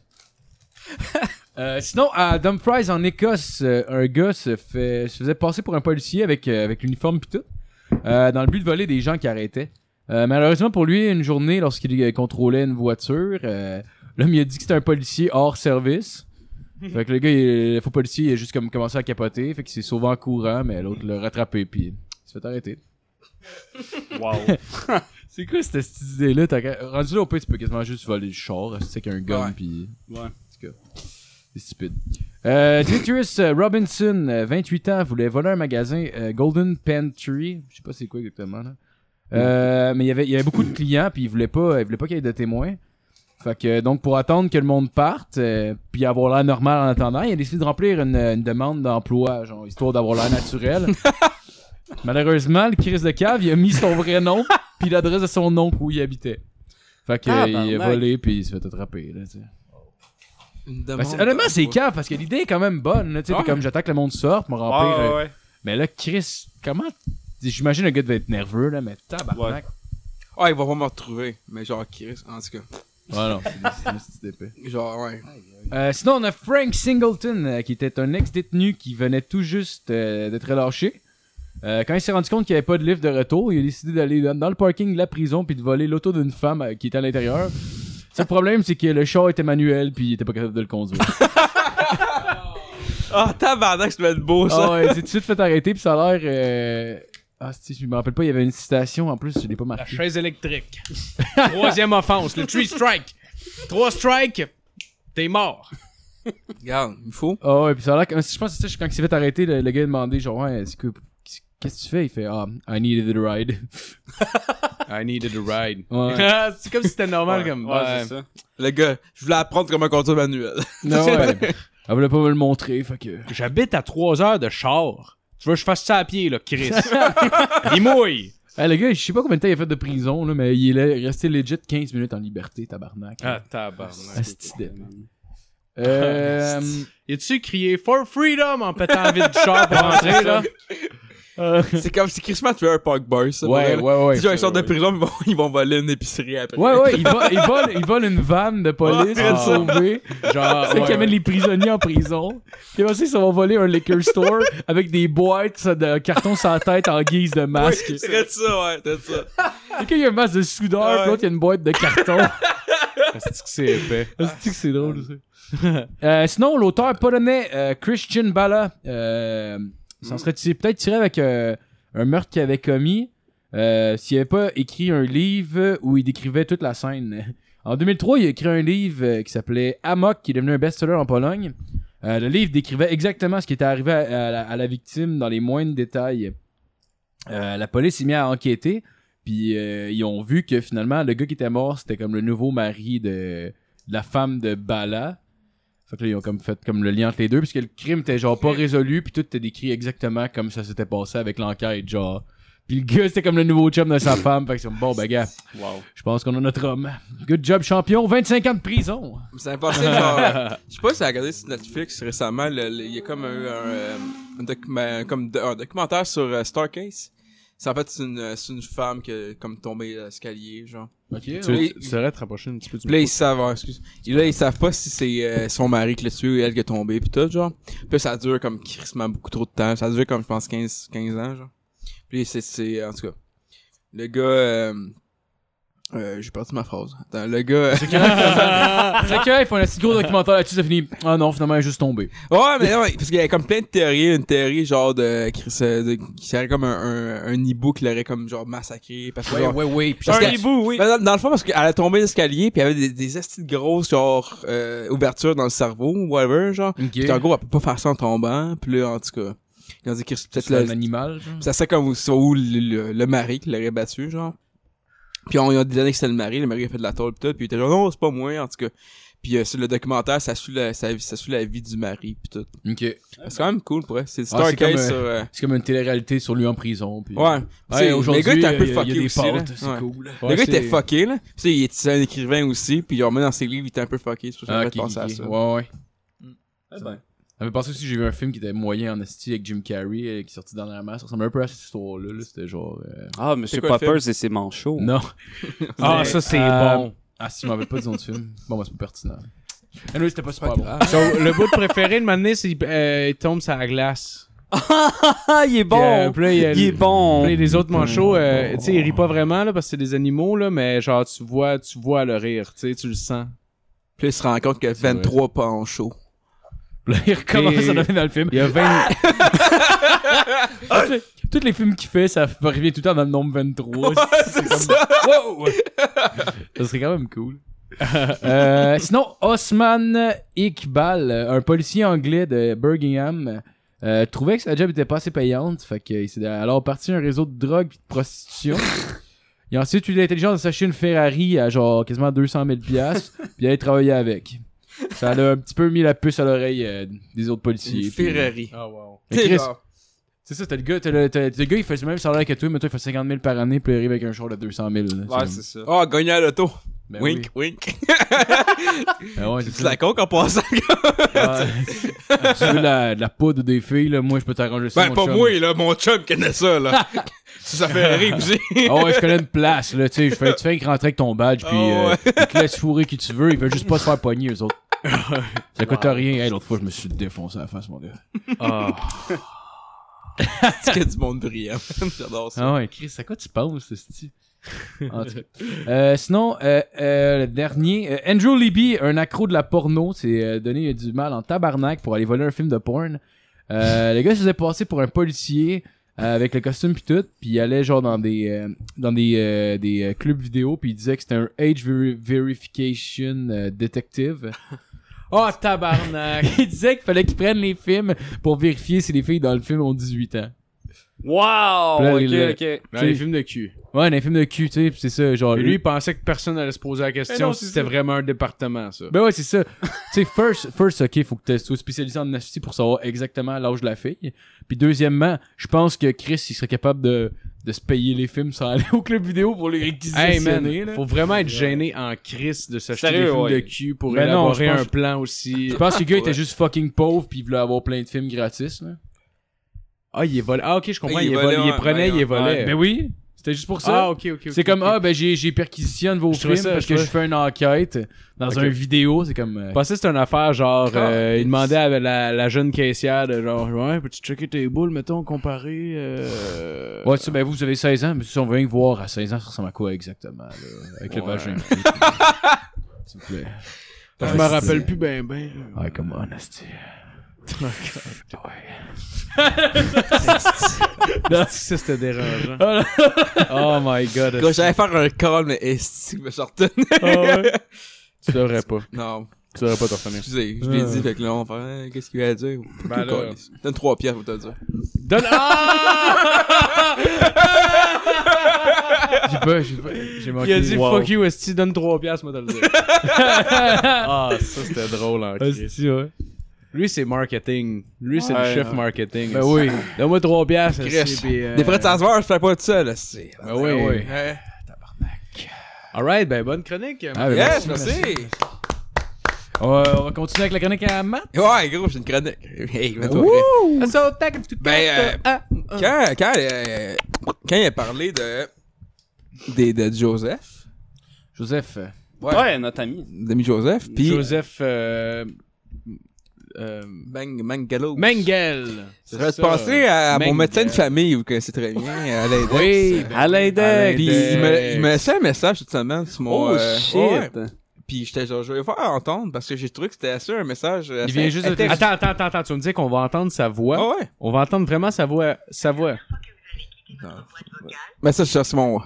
Euh, sinon, à Dumfries, en Écosse, euh, un gars se, fait, se faisait passer pour un policier avec, euh, avec l'uniforme pis tout, euh, dans le but de voler des gens qui arrêtaient. Euh, malheureusement pour lui, une journée, lorsqu'il euh, contrôlait une voiture, euh, l'homme il a dit que c'était un policier hors service. Fait que le gars, il, le faux policier, il a juste comme commencé à capoter, fait qu'il s'est sauvé en courant, mais l'autre l'a rattrapé puis il s'est fait arrêter. Wow. C'est quoi cette, cette idée-là? T'as qu'à- Rendu là au pire, tu peux quasiment juste voler le char, c'est qu'un gun Ouais. puis... Ouais. En tout cas, c'est stupide. Euh, Demetrius euh, Robinson, euh, 28 ans, voulait voler un magasin euh, Golden Pantry. Je sais pas c'est quoi exactement, là. Euh, mais il y avait- il y avait beaucoup de clients, puis il voulait pas, il voulait pas qu'il y ait de témoins. Fait que, donc, pour attendre que le monde parte, euh, puis avoir l'air normal en attendant, il a décidé de remplir une, une demande d'emploi, genre, histoire d'avoir l'air naturel. Malheureusement, le Chris de Cave, il a mis son vrai nom, puis l'adresse de son oncle où il habitait. Fait que, Ah, il a barnac. volé, puis il s'est fait attraper, là, tu sais. Une Ben, c'est- honnêtement, c'est cave parce que l'idée est quand même bonne. là, Tu sais, t'es Ouais. comme j'attends que le monde sorte, me remplir. euh, Mais là, Chris, comment. J'imagine le gars devait être nerveux, là, mais tabarnak. Ah, il va pas me retrouver. Mais genre, Chris, en tout cas. Ouais, non, c'est des- c'est des petites épées. Genre, ouais. Euh, sinon, on a Frank Singleton, euh, qui était un ex-détenu qui venait tout juste euh, d'être relâché. Euh, quand il s'est rendu compte qu'il n'y avait pas de livre de retour, il a décidé d'aller dans, dans le parking de la prison puis de voler l'auto d'une femme euh, qui était à l'intérieur. Le problème, c'est que le char était manuel puis il était pas capable de le conduire. Ah, tabarnak, ça doit être beau ça. Ah ouais, c'est tout de suite fait arrêter, puis ça a l'air. euh, Ah, si, je me rappelle pas, il y avait une citation en plus, je l'ai pas La marqué. chaise électrique. Troisième offense, le three strike. Trois strikes, t'es mort. Regarde, il faut. Ah ouais, puis ça a l'air. que- Je pense que c'est ça, quand il s'est fait arrêter, le, le gars a demandé, genre, ouais, c'est que- Qu'est-ce que tu fais? Il fait, ah, I needed a ride. I needed a ride. Ouais. Ah, c'est comme si c'était normal Ouais, comme. Ouais, c'est ça. Le gars, je voulais apprendre comment conduire manuel. non, ouais. Elle voulait pas me le montrer, fait que. J'habite à trois heures de char. Tu veux que je fasse ça à pied, là, Chris? Il mouille. Ah, le gars, je sais pas combien de temps il a fait de prison, là, mais il est resté legit 15 minutes en liberté, tabarnak. Ah, tabarnak. Ah, c'est débile. Ah, Euh. Y a-tu crié For Freedom en pétant vite du char pour rentrer, là? c'est comme si Chris tu veux un punk boy, ça. Ouais, ouais, pour vrai. ouais. Genre, ils sortent de prison, ils vont, ils vont voler une épicerie après. Ouais, ouais, il vole, il vole, il vole une vanne de police Ouais, pour ça. sauver. Genre. C'est ouais, qui amène ouais. les prisonniers en prison. Puis après ça, ils se vont voler un liquor store avec des boîtes ça, de carton sans tête en guise de masque. C'est vrai de ça, ouais, c'est vrai de ça. Quelqu'un, il y a un masque de soudeur, Ouais. puis l'autre, il y a une boîte de carton. C'est que c'est épais. Ah, cest que c'est drôle, ça? Euh, sinon, l'auteur polonais euh, Christian Hmm. Bala euh, s'en serait tiré- peut-être tiré avec euh, un meurtre qu'il avait commis. euh, s'il avait pas écrit un livre où il décrivait toute la scène. En 2003, il a écrit un livre euh, qui s'appelait Amok, qui est devenu un best-seller en Pologne. Euh, le livre décrivait exactement ce qui était arrivé à, à la, à la victime dans les moindres détails. Euh, la police s'est mise à enquêter, puis euh, ils ont vu que finalement, le gars qui était mort, c'était comme le nouveau mari de, de la femme de Bala. Fait que là, ils ont comme fait comme le lien entre les deux, puisque le crime était genre pas résolu, puis tout était décrit exactement comme ça s'était passé avec l'enquête, genre. Puis le gars, c'était comme le nouveau chum de sa femme. Fait que c'est comme, bon, ben gars, je pense qu'on a notre homme. Good job, champion. 25 ans de prison. C'est impossible, genre. euh, Je sais pas si t'as regardé sur Netflix récemment, le- le- il y a comme un, un, un document- comme de- un documentaire sur euh, Starcase. C'est en fait c'est une, euh, c'est une femme qui est comme tombée à l'escalier, genre. Ok. Tu, Oui. tu- tu saurais te rapprocher un petit peu du Puis là, ils micro. savent, ah, excuse. Et là, ils savent pas si c'est euh, son mari qui l'a tué ou elle qui est tombée, pis tout, genre. Puis là, ça dure comme crissement beaucoup trop de temps. Ça dure comme, je pense, 15, 15 ans, genre. Puis c'est, c'est, en tout cas. Le gars, euh, euh, j'ai perdu ma phrase. Attends, le gars, euh, C'est que, il faut un petit gros documentaire là-dessus, ça finit. Ah non, finalement, il est juste tombé. Ouais, mais non, parce qu'il y a comme plein de théories, une théorie genre de, qui se- de- qui serait comme un, un, un hibou qui l'aurait comme genre massacré parce que genre- ouais, ouais. Puis Parce ça- que- hibou, oui. Ben, dans, dans le fond parce qu'elle a tombé l'escalier puis il y avait des, des estis de grosses genre euh, ouvertures dans le cerveau ou whatever genre. Ok. Puis en gros, elle peut pas faire ça en tombant, puis là en tout cas, ils ont dit que c'est peut-être C'est un le, animal, genre. ça serait comme soit où le, le- le mari qui l'aurait battu genre. Puis on, ils ont donné que c'était le mari, le mari a fait de la tôle pis tout, puis il était genre non, c'est pas moi en tout cas. Puis euh, sur le documentaire, ça suit la, ça, ça suit la vie du mari pis tout. Ok. C'est quand même cool, pour vrai. C'est Ah, c'est Starcase comme, euh, sur... euh, C'est comme une télé-réalité sur lui en prison. Puis... Ouais. C'est- Ouais, aujourd'hui, le gars était un peu il y a- il y a fucké des aussi, là. pâtes, c'est Ouais. cool. le gars était fucké, là. Puis, tu sais, il était un écrivain aussi, puis genre, même dans ses livres, il était un peu fucké. C'est pour ça Ah, que ok, j'avais pensé à ok, ça. Ouais, ouais. Ah Ça- ben. Ça me pensé aussi, j'ai vu un film qui était moyen en esti avec Jim Carrey euh, qui est sorti dernièrement. Ça ressemblait un peu à cette histoire-là. là. C'était genre. euh, Ah, Monsieur quoi le Poppers et ses manchots. Non. Ah, ça, c'est Euh, bon. Ah, si, je m'en vais pas du nom du film. Bon, bah, c'est pas pertinent. Anyway, c'était pas super Pas bon. grave. So, le bout préféré de m'amener, c'est euh, il tombe sur la glace. Ah, il est Puis, euh, bon. puis là, il y a Il est le- bon. puis là, les autres manchots, euh, tu sais, ils rient pas vraiment là, parce que c'est des animaux, là, mais genre, tu vois, tu vois le rire, tu sais, tu le sens. Puis, il se rend compte qu'il y a 23 panchots. Là, il recommence à revenir dans le film. Ah! Il y a 20 Tous les- Tous les films qu'il fait, ça revient tout le temps dans le nombre 23. c'est comme- Wow! ça serait quand même cool. Euh, sinon, Osman Iqbal, un policier anglais de Birmingham, euh, trouvait que sa job était pas assez payante. Fait qu'il s'est alors parti à un réseau de drogue et de prostitution. Il a ensuite eu l'intelligence de s'acheter une Ferrari à genre quasiment 200 000 piastres, puis aller travailler avec. Ça l'a un petit peu mis la puce à l'oreille euh, des autres policiers. Une puis- euh, Ferrari. Ah, wow. Mais T'sais, Chris, genre, c'est ça, t'as le gars, t'as le, t'as- le gars, il fait le même salaire que toi, mais toi, il fait 50 000 par année, puis il arrive avec un show de 200 000. là. Ouais, comme- c'est ça. Ah, gagner à l'auto. Ben oui. Wink, wink. Ben ouais, c'est C'est ça. la coke en passant. Ah, tu veux de la, de la poudre des filles, là, moi, je peux t'arranger ça. Ben, mon pas chum. moi, là. Mon chum connaît ça, là. C'est sa Ferrari aussi. Ah ouais, je connais une place, là, tu sais, je fais, tu fais que rentrer avec ton badge, puis Ah ouais. euh, ils te laissent fourrer qui tu veux, ils veulent juste pas se faire pogner, eux autres. Ça coûte rien. Hey, l'autre fois, je me suis défoncé à la face, mon gars. Ah. C'est que du monde brillant. J'adore ça. Ah ouais, Chris, à quoi tu penses, ce style? En tout cas. Euh, sinon, euh, euh, le dernier, euh, Andrew Libby, un accro de la porno, s'est euh, donné du mal en tabarnak pour aller voler un film de porn. Euh, le gars se faisait passer pour un policier euh, avec le costume pis tout, puis il allait genre dans des euh, dans des, euh, des euh, clubs vidéo puis il disait que c'était un age veri- verification euh, detective. Oh, tabarnak! il disait qu'il fallait qu'il prenne les films pour vérifier si les filles dans le film ont 18 ans. Puis là, Wow! il Ok, est- ok. Dans les films de cul. Ouais, dans les films de cul, tu sais, pis c'est ça genre Et lui, il pensait que personne allait se poser la question si c'était vraiment un département, ça. Ben ouais, c'est ça. tu sais, first, first, ok, faut que tu sois spécialisé en astucie pour savoir exactement l'âge de la fille. Puis deuxièmement, je pense que Chris, il serait capable de, de se payer les films sans aller au club vidéo pour les réquisitionner. Hey man, là. faut vraiment être gêné en crise de s'acheter des Sérieux, films ouais. de cul pour Ben non, élaborer je pense- un plan aussi. Je pense que le gars était Ouais. juste fucking pauvre puis il voulait avoir plein de films gratis. Là. Ah, il est volé. Ah, ok, je comprends. Ah, il il, est est volé, volé, il ouais, prenait, ouais, il est ouais. volé. Ben oui, c'était juste pour ça. Ah, ok, ok. c'est ok, comme, ok. ah, ben j'ai, j'ai perquisitionne vos Je trouvais films ça- parce je que je trouvais- fais une enquête dans Ok. une vidéo. C'est comme. euh, Je pensais que c'était une affaire genre. euh, Ah, il demandait à la, la jeune caissière de genre, ouais, peux-tu checker tes boules, mettons, comparé. Euh... Ouais, ça, ben vous, vous avez 16 ans, mais si on veut rien que voir à 16 ans, ça ressemble à quoi exactement, là, avec le Ouais. vagin. S'il vous plaît. je me rappelle plus ben ben. Ah, come on, asti. ça, c'était dérangeant. oh my god. Gars, j'allais faire un call, mais est-ce que je me suis retenu? Ah Tu devrais pas. Non, Tu devrais pas te retenir. excusez, je l'ai Ah. dit, fait que là, on fait, Hey, qu'est-ce qu'il a à dire? Ben là. Calice. Donne trois pierres pour te dire. Donne. Ah! J'ai pas, j'ai pas, j'ai manqué. Il a dit Wow. fuck you, Esti, donne 3 piastres, moi, t'as le dire. ah, ça, c'était drôle hein, en Christ. Hostie, ouais. Lui, c'est marketing. Lui, c'est le Ouais, chef ouais. marketing. Ben esti. oui. Donne-moi 3 piastres, Chris. Esti, pis. euh, Des vrais transferts, je fais pas tout seul, là, c'est. Ben oui. oui. Hein? Alright, ben bonne chronique. Ah, ben, Yes, merci. merci! On va- on va continuer avec la chronique à Matt. Ouais, gros, j'ai une chronique. Hey, mets-toi prêt. Ben, euh, ah. quand, quand, euh, quand il a parlé de, des- de, Joseph, Joseph. euh, Ouais. Ouais, notre ami. d'ami Joseph, puis Joseph. Euh, euh, Mang- Mangalo. Mengel. Ça fait penser à mon Mengel. médecin de famille, vous connaissez très bien, Alain Dex. Oui, ben, Alain Dex. Puis il me, il me laissait un message cette semaine sur mon. Oh euh, shit! ouais. Puis j'étais genre, je vais faire entendre parce que j'ai trouvé que c'était assez un message. Il vient juste de Attends, attends, attends, attends, tu vas me dire qu'on va entendre sa voix. Ah ouais? On va entendre vraiment sa voix. Sa voix. Mais ça, c'est mon.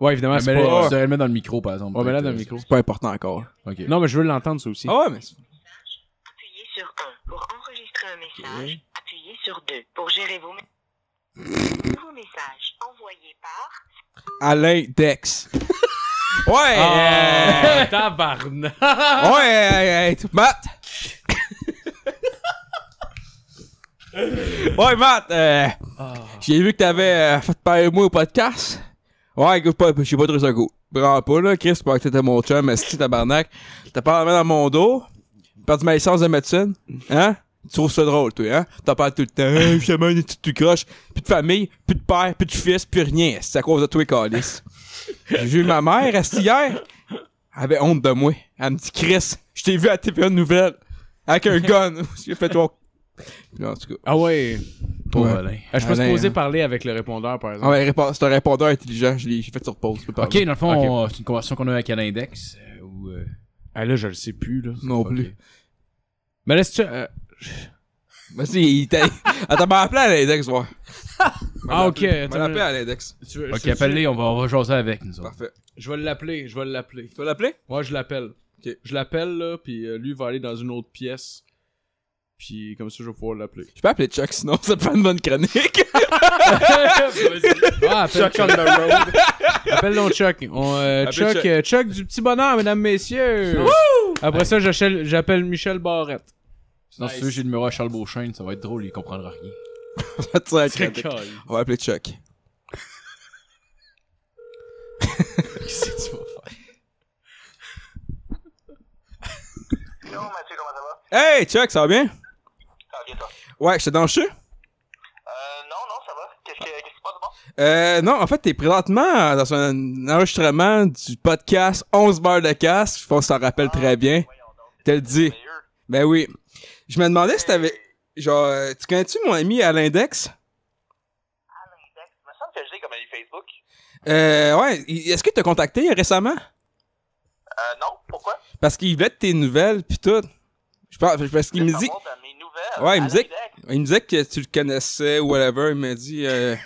Ouais, évidemment, mais c'est là, pas... je devrais le mettre dans le micro, par exemple. On met là peut-être, dans le euh, micro. C'est pas important encore. Ok. Non, mais je veux l'entendre, ça aussi. Ah ouais, mais. c'est- Appuyez sur 1 pour enregistrer un message. Appuyez sur 2 pour gérer vos messages. Nouveau message envoyé par Alain Dex. ouais! euh, Ah, tabarnak! Ouais, hey, hey, hey, Matt! ouais, Matt! euh, J'ai vu que t'avais euh, fait parler de moi au podcast. Ouais, écoute, pas, j'ai pas trouvé ça cool. Vraiment pas, là. Chris, pas que t'étais mon chum, mais si tabarnak. T'as pas la main dans mon dos. Perdu ma licence de médecine. Hein? Tu trouves ça drôle, toi, hein? T'en parles tout le temps. Hey, Justement, une petite tu croche. Plus de famille, plus de père, plus de fils, plus rien. C'est à cause de toi, Calis. j'ai vu ma mère, est hier? Elle avait honte de moi. Elle me dit Chris, je t'ai vu à TVA Nouvelle avec un gun. J'ai fait toi. En tout cas. Ah ouais. Pauvre Ouais. Alain. Ah, je peux Alain, supposer hein. parler avec le répondeur, par Ah exemple. ouais, répa- c'est un répondeur intelligent, je l'ai j'ai fait sur pause. je peux pas Ok, parler. dans le fond, Ok. on- c'est une conversation qu'on a avec Alain Dex. euh, ou, euh, Ah là, je le sais plus, là. Non plus. ok. Mais laisse-tu... euh, Vas-y, Bah, il t'a. Attends, m'a appelé à l'index, ouais. Ah, ok, M'a attends. appelé à l'index. tu veux- Ok, tu veux- appelle-les, on va, on va jaser avec nous autres. Parfait. Je vais l'appeler, je vais l'appeler. Tu vas l'appeler Moi, je l'appelle. Ok. Je l'appelle, là, puis euh, lui va aller dans une autre pièce. Puis comme ça, je vais pouvoir l'appeler. Je peux appeler Chuck, sinon ça te fait une bonne chronique. Ah, appelle Chuck. Appelle donc Chuck. On, euh, Appelle Chuck, Chuck. euh, Chuck du petit bonheur, mesdames, messieurs. Après ça, j'achèle- j'appelle Michel Barrette. Sinon, si tu veux, j'ai le numéro à Charles Beauchesne, ça va être drôle, il comprendra rien. Ça te sert à chronique. cool. On va appeler Chuck. Yo Mathieu, comment ça va? Hey Chuck, ça va bien Ça va bien toi? Ouais, je te dans le chou. Euh, non, non, ça va. Qu'est-ce que- qu'est-ce qui se passe de bon? Euh, non, en fait, t'es présentement dans un enregistrement du podcast 11 beurre de casse. Je pense que ça rappelle très bien. Voyons donc, Te le dis. c'est meilleur. Ben oui. Je me demandais si t'avais. Genre, euh, tu connais-tu mon ami à l'index? Index. Il me semble que je l'ai comme ami Facebook. Euh, ouais. il- Est-ce que t'as contacté récemment? Euh, non, pourquoi? Parce qu'il voulait de tes nouvelles pis tout. Je pense, parce qu'il me dit. savoir dans ben, mes nouvelles. Ouais, il me Alain dit- Dex. Il me disait que tu le connaissais ou whatever. Il m'a dit. Euh...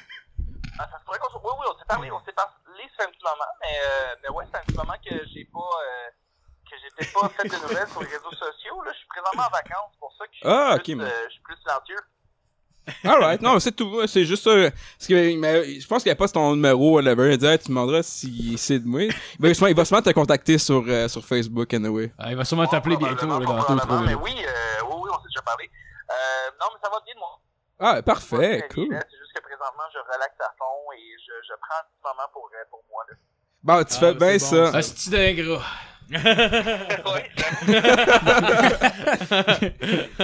Ah, ça se pourrait qu'on se... Oui, oui, on s'est parlé, on s'est parlé, ça fait un petit moment, mais, euh, mais ouais, c'est un petit moment que j'ai pas, euh, que j'ai peut-être pas fait de nouvelles sur les réseaux sociaux, là. Je suis présentement en vacances, c'est pour ça que je suis Ah, plus, ok, mais- euh, je suis plus silencieux. Alright. non, c'est tout. C'est juste ça. Parce que il m'a- je pense qu'il a pas ton numéro ou whatever. Il dit, Hey, tu me demanderas si c'est de moi. Ben, justement, il va sûrement te contacter sur, euh, sur Facebook, anyway. Ah, il va sûrement t'appeler Bon, bientôt, là, probablement, Ah, dans deux ou probablement, trois Mais minutes. oui, euh, oui, oui, on s'est déjà parlé. Euh, non, mais ça va bien de moi. Ah, Moi, je parfait. suis Cool. réel, C'est juste que présentement, je relaxe à fond et je, je prends un petit moment pour, euh, pour moi. Là. Bon, tu fais bien ben, c'est bon, ça. Ah, c'est-tu d'un gros? oui,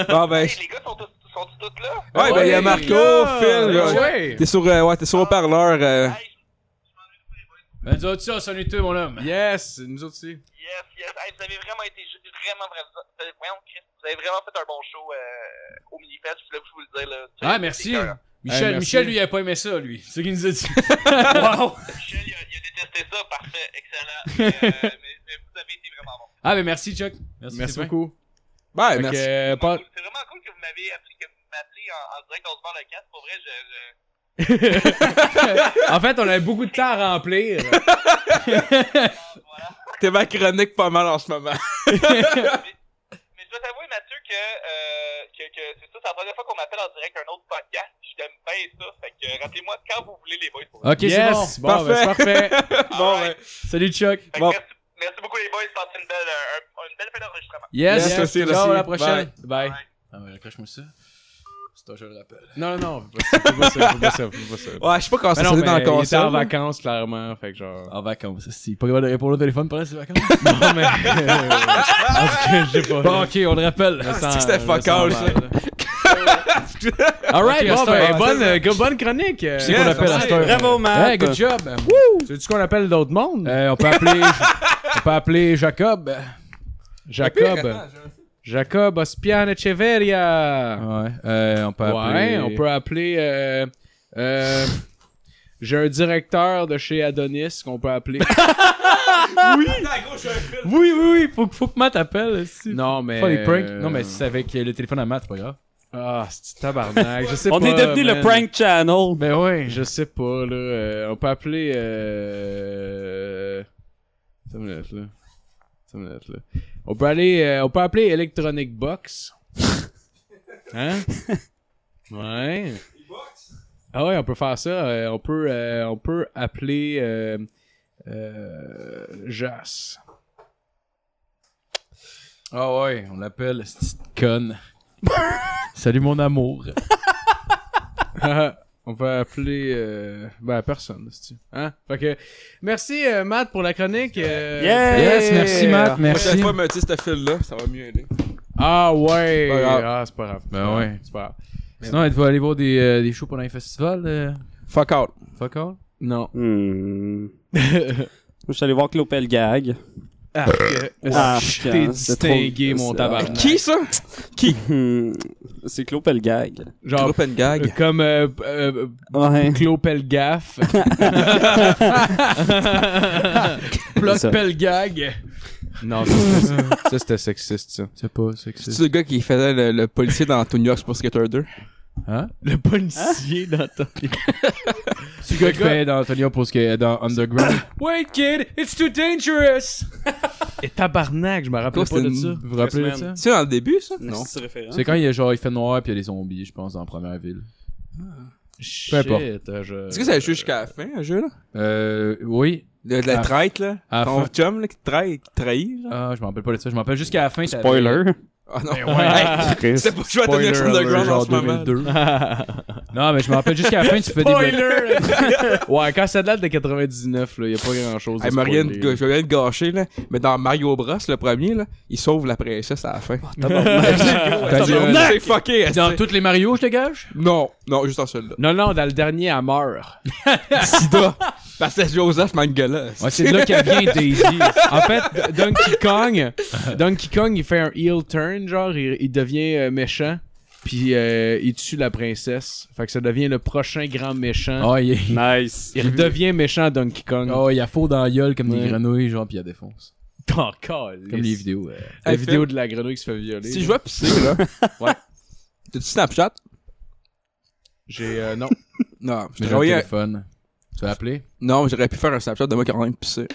Bon, ben, je- les gars sont tous, sont tous tous là. Ouais, ben, il y a Marco, Phil. ouais. Ah, ouais. T'es sur, euh, ouais, t'es sur haut-parleur. euh, Hey, Ben, nous autres, ça, salut toi, mon homme. Yes, nous autres aussi. yes, yes. Hey, vous avez vraiment été vraiment, vraiment, euh, voyons, Chris, vous avez vraiment fait un bon show euh, au Minifest. Je voulais vous le dire. Là, Ah, merci. Michel, Michel, merci. Michel, lui, il a pas aimé ça, lui. C'est ce qu'il nous a dit. Michel il, a, il a détesté ça. Parfait, excellent. Euh, mais, mais vous avez été vraiment bon. Ah, mais merci, Chuck. Merci, Merci c'est bien. beaucoup. Ouais, Fait que, merci. euh, C'est pas- cool. C'est vraiment cool que vous vous m'avez appris que vous m'appelez en, en direct dans ce bar de casse. Pour vrai, je. je- en fait, on a beaucoup de temps à remplir. T'es ma chronique pas mal en ce moment. Mais je dois t'avouer, Mathieu, que, euh, que, que c'est ça, c'est la première fois qu'on m'appelle en direct un autre podcast. Je t'aime bien ça. Fait que euh, rappelez-moi quand vous voulez, les boys. pour vrai. Ok, Yes, c'est bon. Bon, ben, c'est parfait. Bon, Alright. Salut Chuck. Fait que bon. merci, merci beaucoup, les boys. Passez une belle, euh, un- une belle fin d'enregistrement. Yes, Yes, merci, ciao, merci. à la prochaine. Bye. Bye. Ah ouais, raccroche-moi ça. C'est un jeu de rappel. Non, non, non, faut pas ça, faut pas ça, faut pas ça. Ouais, je sais pas quand Mais ça non, sonné dans mais il le était en concert. là. vacances, clairement, fait que genre... En vacances, c'est pas capable de répondre au téléphone pendant ses Ah, vacances. Non, mais... Parce que j'ai pas... Ah, bon, ok, on le rappelle. Je c'est sens- que c'était je fuck sens all, mal, ça. là. Alright, Ok, bon, c'est ben, un- bonne, euh, go- bonne chronique. euh, C'est qu'on Yes, appelle à ouais. cette heure. Bravo, Matt. Hey, good job. Sais-tu qu'on appelle d'autres mondes? Euh, on peut appeler. on peut appeler Jacob. Jacob. Jacob Ospian Echeverria. Ouais. Euh, on peut appeler. Ouais, on peut appeler... euh, euh, J'ai un directeur de chez Adonis qu'on peut appeler. Oui, oui, oui. Faut, que- faut que Matt appelle. Si. non, mais... Pas les pranks. euh, Non, mais si c'est avec euh, le téléphone à Matt, c'est pas grave. Ah, c'est tabarnak, je sais On pas, est devenu le man. prank channel. Ben ouais. Je sais pas, là. euh, on peut appeler. Euh... Attends une minute, là. Attends une minute, là. On peut aller. euh, on peut appeler Electronic Box. Hein? Ouais. Ah ouais, on peut faire ça. euh, on peut. euh, on peut appeler. Euh, euh, Jas. Ah ouais, on l'appelle cette conne. Salut mon amour. on peut appeler. Euh, ben, personne, c'est-tu. Hein? Fait que. Merci, euh, Matt, pour la chronique. euh, Yeah! Yes, merci Matt, Prochaine merci. fois, mais tu sais, ce fil-là, ça va mieux aller. Ah ouais! Pas grave. ah, c'est pas grave. Ben C'est pas ouais. grave, C'est pas grave. Sinon, êtes-vous aller voir des, euh, des shows pendant les festivals? euh, Fuck out. Fuck all? Non. Hmm. Je suis allé voir Clopel Gag. Ah, je putain, t'ai c'est distingué, trop- mon c'est- tabarnak. Qui, ça? Hmm. C'est Clopel Gag. Genre, Open euh, gag. comme euh, euh, Ouais. Pelgaff. Ça. Pelgag! non, ça, c'était- ça, c'était sexiste, ça. C'est pas sexiste. C'est le gars qui faisait le, le policier dans Tony Hawk's Pro Skater 2. Hein? Le policier dans ta... C'est le gars qui fait dans Antonio pour ce que dans Underground. Wait, kid, it's too dangerous! Et tabarnak, je me rappelle Quoi, pas de c'est ça. une- Vous vous rappelez de ça? Semaine. C'est dans le début, ça? Non. C'est référent. C'est quand il, est genre, il fait noir puis il y a des zombies, je pense, dans la première ville. Shit, Peu importe. euh, je... Est-ce que ça a joué jusqu'à la fin, le jeu, là? Euh, oui. De, de la À- traite, là? à la Ton fin. chum, là, qui te trahit, qui te trahit, genre? Ah, je m'en rappelle pas de ça. Je m'en rappelle jusqu'à la fin. t'avais- Spoiler. Ah non. Hey, Chris. C'est pas joué à Tony Hawk's Spoiler Underground en Genre ce moment. 2002. non, mais je m'en rappelle jusqu'à la fin, tu fais des. Spoiler! ouais, quand ça date de 99, là, y a pas grand-chose. à Hey, Marianne, spoiler. je vais rien te gâcher, là. Mais dans Mario Bros, le premier, là, il sauve la princesse à la fin. Ta gueule. C'est fucké, Dans esti. toutes les Mario, je dégage? Non, non, juste en celui-là. Non, non, dans le dernier, elle meurt. Sida. Parce que Joseph Mangala. Ouais, c'est de là qu'elle vient Daisy. En fait, D- Donkey Kong, Donkey Kong, il fait un heel turn, genre, il, il devient euh, méchant, puis euh, il tue la princesse. Fait que ça devient le prochain grand méchant. Oh, il est- Nice. il devient méchant Donkey Kong. Oh, il y a faux dans la gueule comme Ouais. des grenouilles, genre, puis il y a des fonces. encore. Comme les vidéos. euh. La Hey, vidéo Phil. de la grenouille qui se fait violer. Si je vais pisser, là. Ouais. T'as-tu Snapchat? J'ai, euh, non. Non, je Mais genre, t'ai le envoyé un- téléphone. Tu vas appeler? Non, j'aurais pu faire un Snapchat de moi qui est en train de pisser.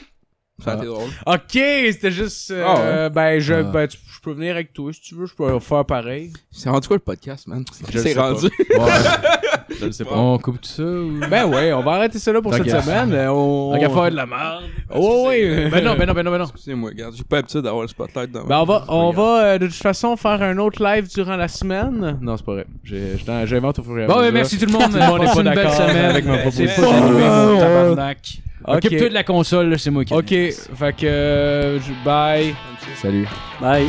Ça a été drôle. Ok, c'était juste, euh, Ah ben, je, Ah. ben, tu- je peux venir avec toi si tu veux, je peux faire pareil. C'est rendu quoi le podcast, man? le sais C'est rendu. Ouais. Je sais pas. On coupe tout ça ou. Ben ouais, on va arrêter ça là pour Tant cette qu'à- semaine. euh, On... Tant qu'à faire de la merde. Oh, ouais. Ben non, ben non, ben non, ben non. Excusez-moi, regarde, j'ai pas l'habitude d'avoir le spotlight dans Ben on va, on va euh, de toute façon faire un autre live durant la semaine. Non, c'est pas vrai. J'ai- je t'en- J'invente au fur et à Bon, mesure. ben merci tout le monde. Tout le monde est Passez pas une belle d'accord semaine. avec ma proposition. C'est pas animé, mon tabarnak. Ok. Occupe-toi de la console, là, c'est moi qui. Ok, fait que euh, je- bye. Salut. Bye.